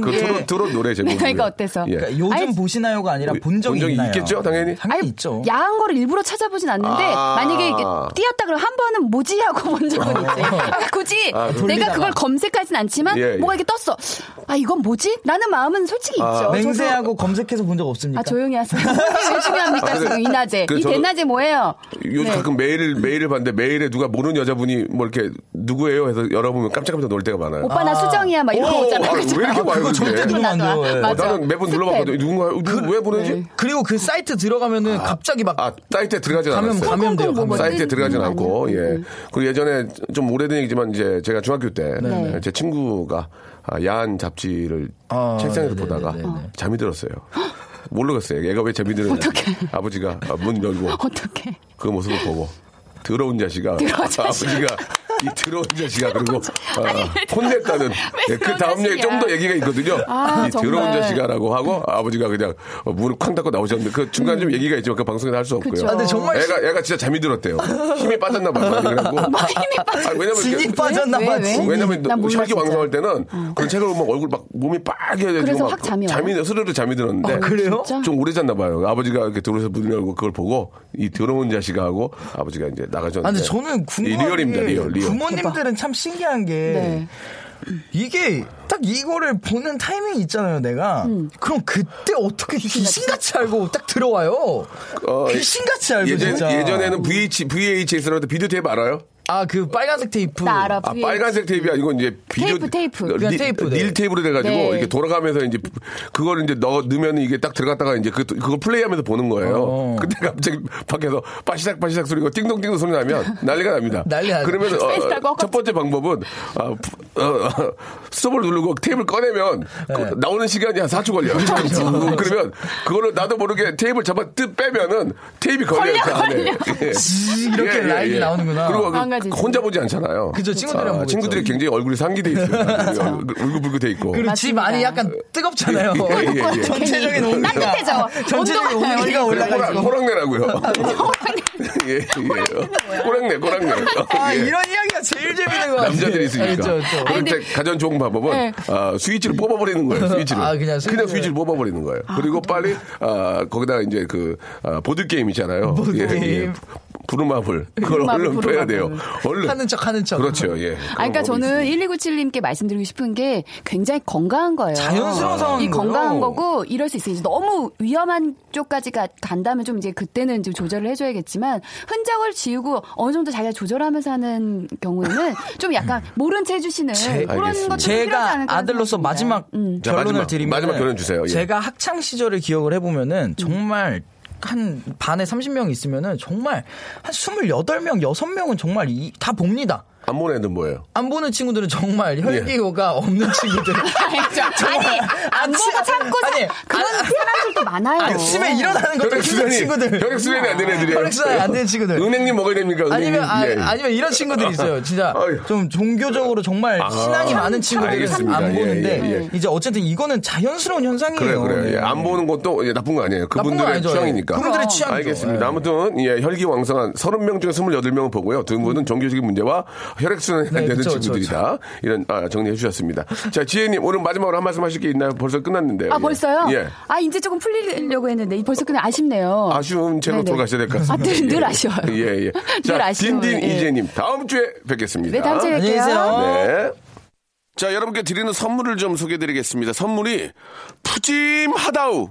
[SPEAKER 2] 그, 그
[SPEAKER 5] 게
[SPEAKER 2] 트롯, 트롯 노래 제목.
[SPEAKER 6] 내 나이가 어때서?
[SPEAKER 2] 예.
[SPEAKER 5] 그러니까 요즘
[SPEAKER 6] 아니,
[SPEAKER 5] 보시나요가 아니라 본 적이,
[SPEAKER 2] 본 적이
[SPEAKER 5] 있나요?
[SPEAKER 2] 있겠죠, 당연히?
[SPEAKER 5] 당연히 있죠.
[SPEAKER 6] 야한 거를 일부러 찾아보진 않는데
[SPEAKER 2] 어? 아.
[SPEAKER 6] 만약에 이게 띄었다 그러면 한 번은 뭐지 하고 본 적은 있지. 아, 굳이 내가
[SPEAKER 5] 돌리다가.
[SPEAKER 6] 그걸 검색하진 않지만
[SPEAKER 2] 아, 예, 아, 예.
[SPEAKER 6] 뭐가 이렇게 떴어. 아 이건 뭐지? 라는 마음은 솔직히 있죠. 저도-
[SPEAKER 5] 맹세하고 검색해서 본 적 없습니까?
[SPEAKER 6] 아 조용히 하세요. 이게 왜 중요합니까
[SPEAKER 2] 아, 그-
[SPEAKER 6] 지금 이 낮에?
[SPEAKER 2] 그
[SPEAKER 6] 이
[SPEAKER 2] 저도-
[SPEAKER 6] 대낮에 뭐예요?
[SPEAKER 2] 요즘
[SPEAKER 6] 네.
[SPEAKER 2] 가끔 메일을 메일을 봤는데 메일에 누가 모르는 여자분이 뭐 이렇게 누구예요 해서 열어보면 깜짝깜짝 놀 때가 많아요.
[SPEAKER 6] 오빠 나 수정이야 막 이런 거
[SPEAKER 2] 오,
[SPEAKER 6] 오잖아.
[SPEAKER 2] 아, 왜
[SPEAKER 6] 그죠?
[SPEAKER 2] 이렇게 와요?
[SPEAKER 5] 그거 절대
[SPEAKER 2] 근데?
[SPEAKER 5] 누르면 안
[SPEAKER 6] 나도
[SPEAKER 5] 돼요. 예.
[SPEAKER 6] 맞아.
[SPEAKER 2] 나는 매번
[SPEAKER 6] 스팸. 네.
[SPEAKER 2] 눌러봤거든. 누군가 누구 왜 보내지?
[SPEAKER 5] 그리고 그 사이트 들어가면은 갑자기 막
[SPEAKER 2] 아 사이트에 들어가진
[SPEAKER 5] 가면
[SPEAKER 2] 않았어요.
[SPEAKER 5] 가면 돼요.
[SPEAKER 6] 콩콩
[SPEAKER 5] 가면.
[SPEAKER 6] 뭐
[SPEAKER 2] 사이트에
[SPEAKER 6] 뜬-
[SPEAKER 2] 들어가진
[SPEAKER 6] 음,
[SPEAKER 2] 않고
[SPEAKER 6] 아니요.
[SPEAKER 2] 예 그리고 예전에 좀 오래된 얘기지만 이제 제가 중학교 때 제
[SPEAKER 6] 네.
[SPEAKER 2] 친구가 아, 야한 잡지를
[SPEAKER 5] 아,
[SPEAKER 2] 책상에서
[SPEAKER 5] 네네네네.
[SPEAKER 2] 보다가
[SPEAKER 5] 어.
[SPEAKER 2] 잠이 들었어요. 모르겠어요. 얘가 왜 잠이 들었는지.
[SPEAKER 6] 어떡해.
[SPEAKER 2] 아버지가 문 열고
[SPEAKER 6] 어떻게?
[SPEAKER 2] 그 모습을 보고 더러운 자식아,
[SPEAKER 6] 더러운 자식아.
[SPEAKER 2] 아버지가 이 더러운 자식아 그리고 아, 혼냈다는 예, 그
[SPEAKER 6] 더러운
[SPEAKER 2] 다음 얘기
[SPEAKER 6] 자식이야.
[SPEAKER 2] 좀 더 얘기가 있거든요.
[SPEAKER 6] 아,
[SPEAKER 2] 이 더러운
[SPEAKER 6] 정말.
[SPEAKER 2] 자식아라고 하고 아버지가 그냥 문을 쾅 닫고 나오셨는데 그 중간 에좀 얘기가 있지만 그 방송에 서 할 수 없고요.
[SPEAKER 6] 음. 그쵸. 아, 근데
[SPEAKER 5] 정말
[SPEAKER 2] 애가 애가 진짜 잠이 들었대요. 힘이 빠졌나 봐요. 그래갖고 아, 왜냐면
[SPEAKER 5] 진이
[SPEAKER 2] 이렇게-
[SPEAKER 5] 빠졌나
[SPEAKER 6] 왜?
[SPEAKER 5] 봐.
[SPEAKER 6] 왜?
[SPEAKER 5] 진이.
[SPEAKER 2] 어, 왜냐면
[SPEAKER 6] 난 몰라,
[SPEAKER 2] 혈기
[SPEAKER 6] 진짜.
[SPEAKER 2] 왕성할 때는 그런 책을 보면 얼굴 막 몸이 빨개져서
[SPEAKER 6] 어. 그래서 확 잠이 와요?
[SPEAKER 2] 잠이 스르르 잠이 들었는데
[SPEAKER 5] 아, 그래요?
[SPEAKER 6] 진짜?
[SPEAKER 2] 좀 오래 잤나 봐요. 아버지가 이렇게 들어서 문을 열고 그걸 보고 이 더러운 자식아 하고 아버지가 이제 나가셨는데.
[SPEAKER 5] 아, 근데 저는 궁금한
[SPEAKER 2] 예, 이 리얼입니다.
[SPEAKER 5] 게
[SPEAKER 2] 리얼, 리얼.
[SPEAKER 5] 부모님들은 참 신기한 게
[SPEAKER 6] 네.
[SPEAKER 5] 이게 딱 이거를 보는 타이밍이 있잖아요, 내가.
[SPEAKER 6] 음.
[SPEAKER 5] 그럼 그때 어떻게 귀신같이 알고 딱 들어와요?
[SPEAKER 2] 어,
[SPEAKER 5] 귀신같이 알고
[SPEAKER 2] 예전,
[SPEAKER 5] 진짜.
[SPEAKER 2] 예전에는 VH, VHS라도 비디오 테이프 알아요?
[SPEAKER 5] 아, 그 빨간색 테이프.
[SPEAKER 6] 나 알아.
[SPEAKER 2] 아,
[SPEAKER 6] VHS.
[SPEAKER 2] 빨간색 테이프 아니고 이제 비디오
[SPEAKER 6] 테이프, 테이프.
[SPEAKER 5] 그냥
[SPEAKER 2] 리,
[SPEAKER 5] 테이프, 네.
[SPEAKER 2] 릴 테이프로 돼가지고
[SPEAKER 6] 네.
[SPEAKER 2] 이렇게 돌아가면서 이제 그걸 이제 넣어 넣으면 이게 딱 들어갔다가 이제 그 그걸 플레이하면서 보는 거예요.
[SPEAKER 5] 어.
[SPEAKER 2] 근데 갑자기 밖에서 빠시삭 빠시삭 소리가 띵동띵동 소리 나면 난리가 납니다.
[SPEAKER 5] 난리 나죠.
[SPEAKER 2] 그러면 어,
[SPEAKER 6] 스페이스라고
[SPEAKER 2] 첫 번째 방법은 아, 부- 어, 어, 스톱을 누르고 테이프를 꺼내면 그 나오는 시간이 한 4초 걸려요. 음, 그러면 그거를 나도 모르게 테이프를 잡아 뜯 빼면은 테이프 걸려요. 그 안에. 예.
[SPEAKER 5] 지- 이렇게 라인이 나오는구나.
[SPEAKER 2] 그리고
[SPEAKER 6] 망가지지.
[SPEAKER 2] 혼자 보지 않잖아요.
[SPEAKER 5] 그죠, 친구들이랑 보겠죠. 그러니까
[SPEAKER 2] 친구들이 굉장히 얼굴이 상기돼 있어요. 그 울긋불긋 돼 있고.
[SPEAKER 5] 그리고 집
[SPEAKER 6] 맞습니다.
[SPEAKER 5] 안이 약간 뜨겁잖아요.
[SPEAKER 2] 예, 예, 예.
[SPEAKER 5] 전체적인 온기가.
[SPEAKER 6] 따뜻해져.
[SPEAKER 5] 전체적인
[SPEAKER 6] 온도가
[SPEAKER 5] 온기가 올라가지고.
[SPEAKER 2] 호랑내라고요. 예, 예. 호랑내, 호랑내.
[SPEAKER 5] 아,
[SPEAKER 2] 예.
[SPEAKER 5] 이런 이야기가 제일 재밌는 것 같아요.
[SPEAKER 2] 남자들이 있으니까.
[SPEAKER 5] 그렇죠, 그렇죠.
[SPEAKER 2] 그럴 때 가장 좋은 방법은 아, 스위치를 뽑아버리는 거예요. 스위치를.
[SPEAKER 5] 네. 아,
[SPEAKER 2] 그냥,
[SPEAKER 5] 그냥 스위치를.
[SPEAKER 2] 스위치를 뽑아버리는 거예요. 그리고 빨리 아, 거기다가 이제 그 아, 보드 게임 있잖아요. 예,
[SPEAKER 5] 보드게임.
[SPEAKER 2] 부루마블 그걸
[SPEAKER 6] 부루마블,
[SPEAKER 2] 얼른 빼야 돼요. 얼른.
[SPEAKER 5] 하는 척, 하는 척.
[SPEAKER 2] 그렇죠. 예.
[SPEAKER 6] 아, 그러니까 저는 1997님께 말씀드리고 싶은 게 굉장히 건강한 거예요.
[SPEAKER 5] 자연스러운
[SPEAKER 6] 이
[SPEAKER 5] 상황인 거예요.
[SPEAKER 6] 건강한 거고 이럴 수 있어요. 이제 너무 위험한 쪽까지 가- 간다면 좀 이제 그때는 좀 조절을 해줘야겠지만 흔적을 지우고 어느 정도 자기가 조절하면서 하는 경우에는 좀 약간 모른 채 해주시는 그런
[SPEAKER 2] 알겠습니다.
[SPEAKER 6] 것도 필요하지
[SPEAKER 5] 제가
[SPEAKER 6] 않을까
[SPEAKER 5] 아들로서
[SPEAKER 6] 생각합니다. 음.
[SPEAKER 5] 마지막
[SPEAKER 2] 자,
[SPEAKER 5] 결론을
[SPEAKER 2] 마지막,
[SPEAKER 5] 드리면
[SPEAKER 2] 마지막 결론 주세요. 예.
[SPEAKER 5] 제가 학창 시절을 기억을 해보면은 정말 한 반에 30명 있으면은 정말 한 28명, 6명은 정말 이, 다 봅니다.
[SPEAKER 2] 안 보는 애들 뭐예요?
[SPEAKER 5] 안 보는 친구들은
[SPEAKER 2] 예.
[SPEAKER 5] 정말 혈기호가 없는 친구들.
[SPEAKER 6] 아니 안 보고 참고 참 뭐.
[SPEAKER 5] 아니,
[SPEAKER 6] 그런 사람 들도 많아요.
[SPEAKER 5] 아침에 일어나는 것도
[SPEAKER 2] 혈액
[SPEAKER 5] 힘든
[SPEAKER 2] 수련이
[SPEAKER 5] 친구들.
[SPEAKER 2] 혈액 수련이 안 되는 애들이에요.
[SPEAKER 5] 혈액 수련이 안 되는 친구들.
[SPEAKER 2] 은행님 먹어야 됩니까? 은행님?
[SPEAKER 5] 아니면 아,
[SPEAKER 2] 예, 예.
[SPEAKER 5] 니면 이런 친구들이 있어요. 진짜
[SPEAKER 2] 아유. 아.
[SPEAKER 5] 좀 종교적으로 정말 신앙이 많은 친구들은
[SPEAKER 2] 알겠습니다.
[SPEAKER 5] 안
[SPEAKER 2] 예,
[SPEAKER 5] 보는데
[SPEAKER 2] 예, 예.
[SPEAKER 5] 이제 어쨌든 이거는 자연스러운 현상이에요.
[SPEAKER 2] 그래요, 그래요.
[SPEAKER 5] 네.
[SPEAKER 2] 예, 안 보는 것도 예, 나쁜 거 아니에요.
[SPEAKER 5] 나쁜 건
[SPEAKER 2] 그분들의
[SPEAKER 5] 아니죠.
[SPEAKER 2] 취향이니까.
[SPEAKER 5] 그분들의 취향이죠.
[SPEAKER 2] 알겠습니다.
[SPEAKER 5] 예.
[SPEAKER 2] 아무튼 예, 혈기왕성한 30명 중에 28명은 보고요. 두 분은 종교적인 문제와 혈액순환이 안
[SPEAKER 5] 네,
[SPEAKER 2] 되는
[SPEAKER 5] 그쵸, 그쵸,
[SPEAKER 2] 친구들이다. 이런 아, 정리해 주셨습니다. 자, 지혜님 오늘 마지막으로 한 말씀 하실 게 있나요? 벌써 끝났는데요.
[SPEAKER 6] 아
[SPEAKER 2] 예.
[SPEAKER 6] 벌써요?
[SPEAKER 2] 예.
[SPEAKER 6] 아 이제 조금 풀리려고 했는데 벌써 그냥 아쉽네요.
[SPEAKER 2] 아쉬운 채로
[SPEAKER 6] 어. 네네.
[SPEAKER 2] 돌아가셔야 될 것 같습니다.
[SPEAKER 6] 아, 늘- 늘
[SPEAKER 2] 예.
[SPEAKER 6] 아쉬워요.
[SPEAKER 2] 예, 예. 자,
[SPEAKER 6] 늘 아쉬워요.
[SPEAKER 2] 딘딘
[SPEAKER 6] 예.
[SPEAKER 2] 이재님 다음 주에 뵙겠습니다.
[SPEAKER 6] 네 다음 주에 뵐게요.
[SPEAKER 5] 안녕히 계세요.
[SPEAKER 2] 네. 자, 여러분께 드리는 선물을 좀 소개해 드리겠습니다. 선물이 푸짐하다우.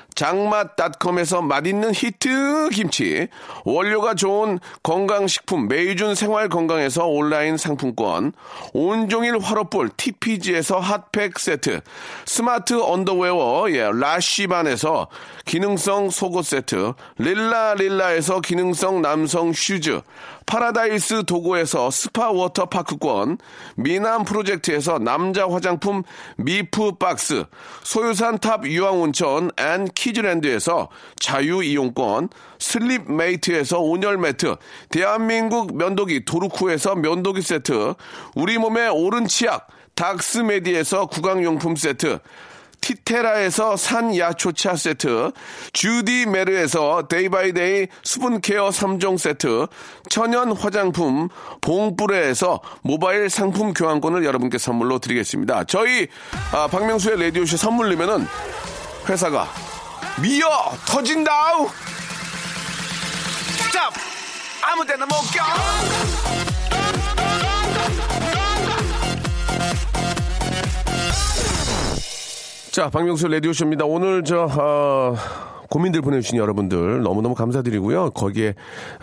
[SPEAKER 2] 장맛닷컴에서 맛있는 히트 김치, 원료가 좋은 건강식품 메이준 생활건강에서 온라인 상품권, 온종일 화로불 TPG에서 핫팩 세트, 스마트 언더웨어 예, 라쉬반에서 기능성 속옷 세트, 릴라릴라에서 기능성 남성 슈즈, 파라다이스 도고에서 스파 워터 파크권, 미남 프로젝트에서 남자 화장품 미프 박스, 소유산 탑 유황 온천 앤 키즈랜드에서 자유 이용권, 슬립 메이트에서 온열 매트, 대한민국 면도기 도루쿠에서 면도기 세트, 우리 몸의 오른 치약 닥스메디에서 구강용품 세트, 티테라에서 산야초차 세트, 주디 메르에서 데이바이데이 수분케어 3종 세트, 천연 화장품 봉뿌레에서 모바일 상품 교환권을 여러분께 선물로 드리겠습니다. 저희 아, 박명수의 라디오쇼 선물리면은 회사가 미어 터진다우!
[SPEAKER 1] 스탑 아무 데나 못껴
[SPEAKER 2] 자, 박명수 레디오쇼입니다. 오늘 저, 어, 고민들 보내주신 여러분들 너무너무 감사드리고요. 거기에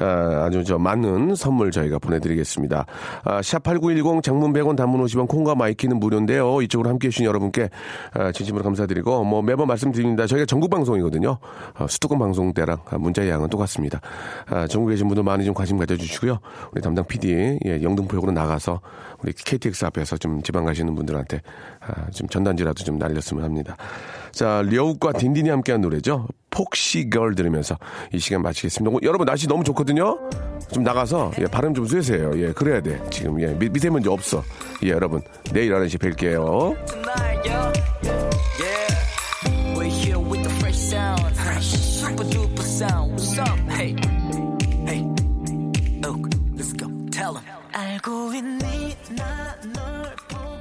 [SPEAKER 2] 어, 아주 저 많은 선물 저희가 보내드리겠습니다. 아, 샵8910 장문 100원 단문 50원 콩과 마이키는 무료인데요. 이쪽으로 함께 해주신 여러분께 아, 진심으로 감사드리고 뭐 매번 말씀드립니다. 저희가 전국 방송이거든요. 아, 수도권 방송 때랑 아, 문자의 양은 똑같습니다. 아, 전국에 계신 분들 많이 좀 관심 가져주시고요. 우리 담당 PD 예, 영등포역으로 나가서 우리 KTX 앞에서 좀 지방 가시는 분들한테 아, 좀 전단지라도 좀 날렸으면 합니다. 자, 려욱과 딘딘이 함께한 노래죠. 폭시걸 들으면서 이 시간 마치겠습니다. 오, 여러분 날씨 너무 좋거든요. 좀 나가서 예, 발음 좀 쐬세요. 예, 그래야 돼. 지금 예, 미, 세먼지 없어. 예, 여러분 내일 11시 뵐게요.
[SPEAKER 4] tonight, yo. Yeah, we're here with the fresh sound, fresh, super duper sound. What's up? Hey, hey, look, let's go. Tell 'em. 알고 있니 나널 보면.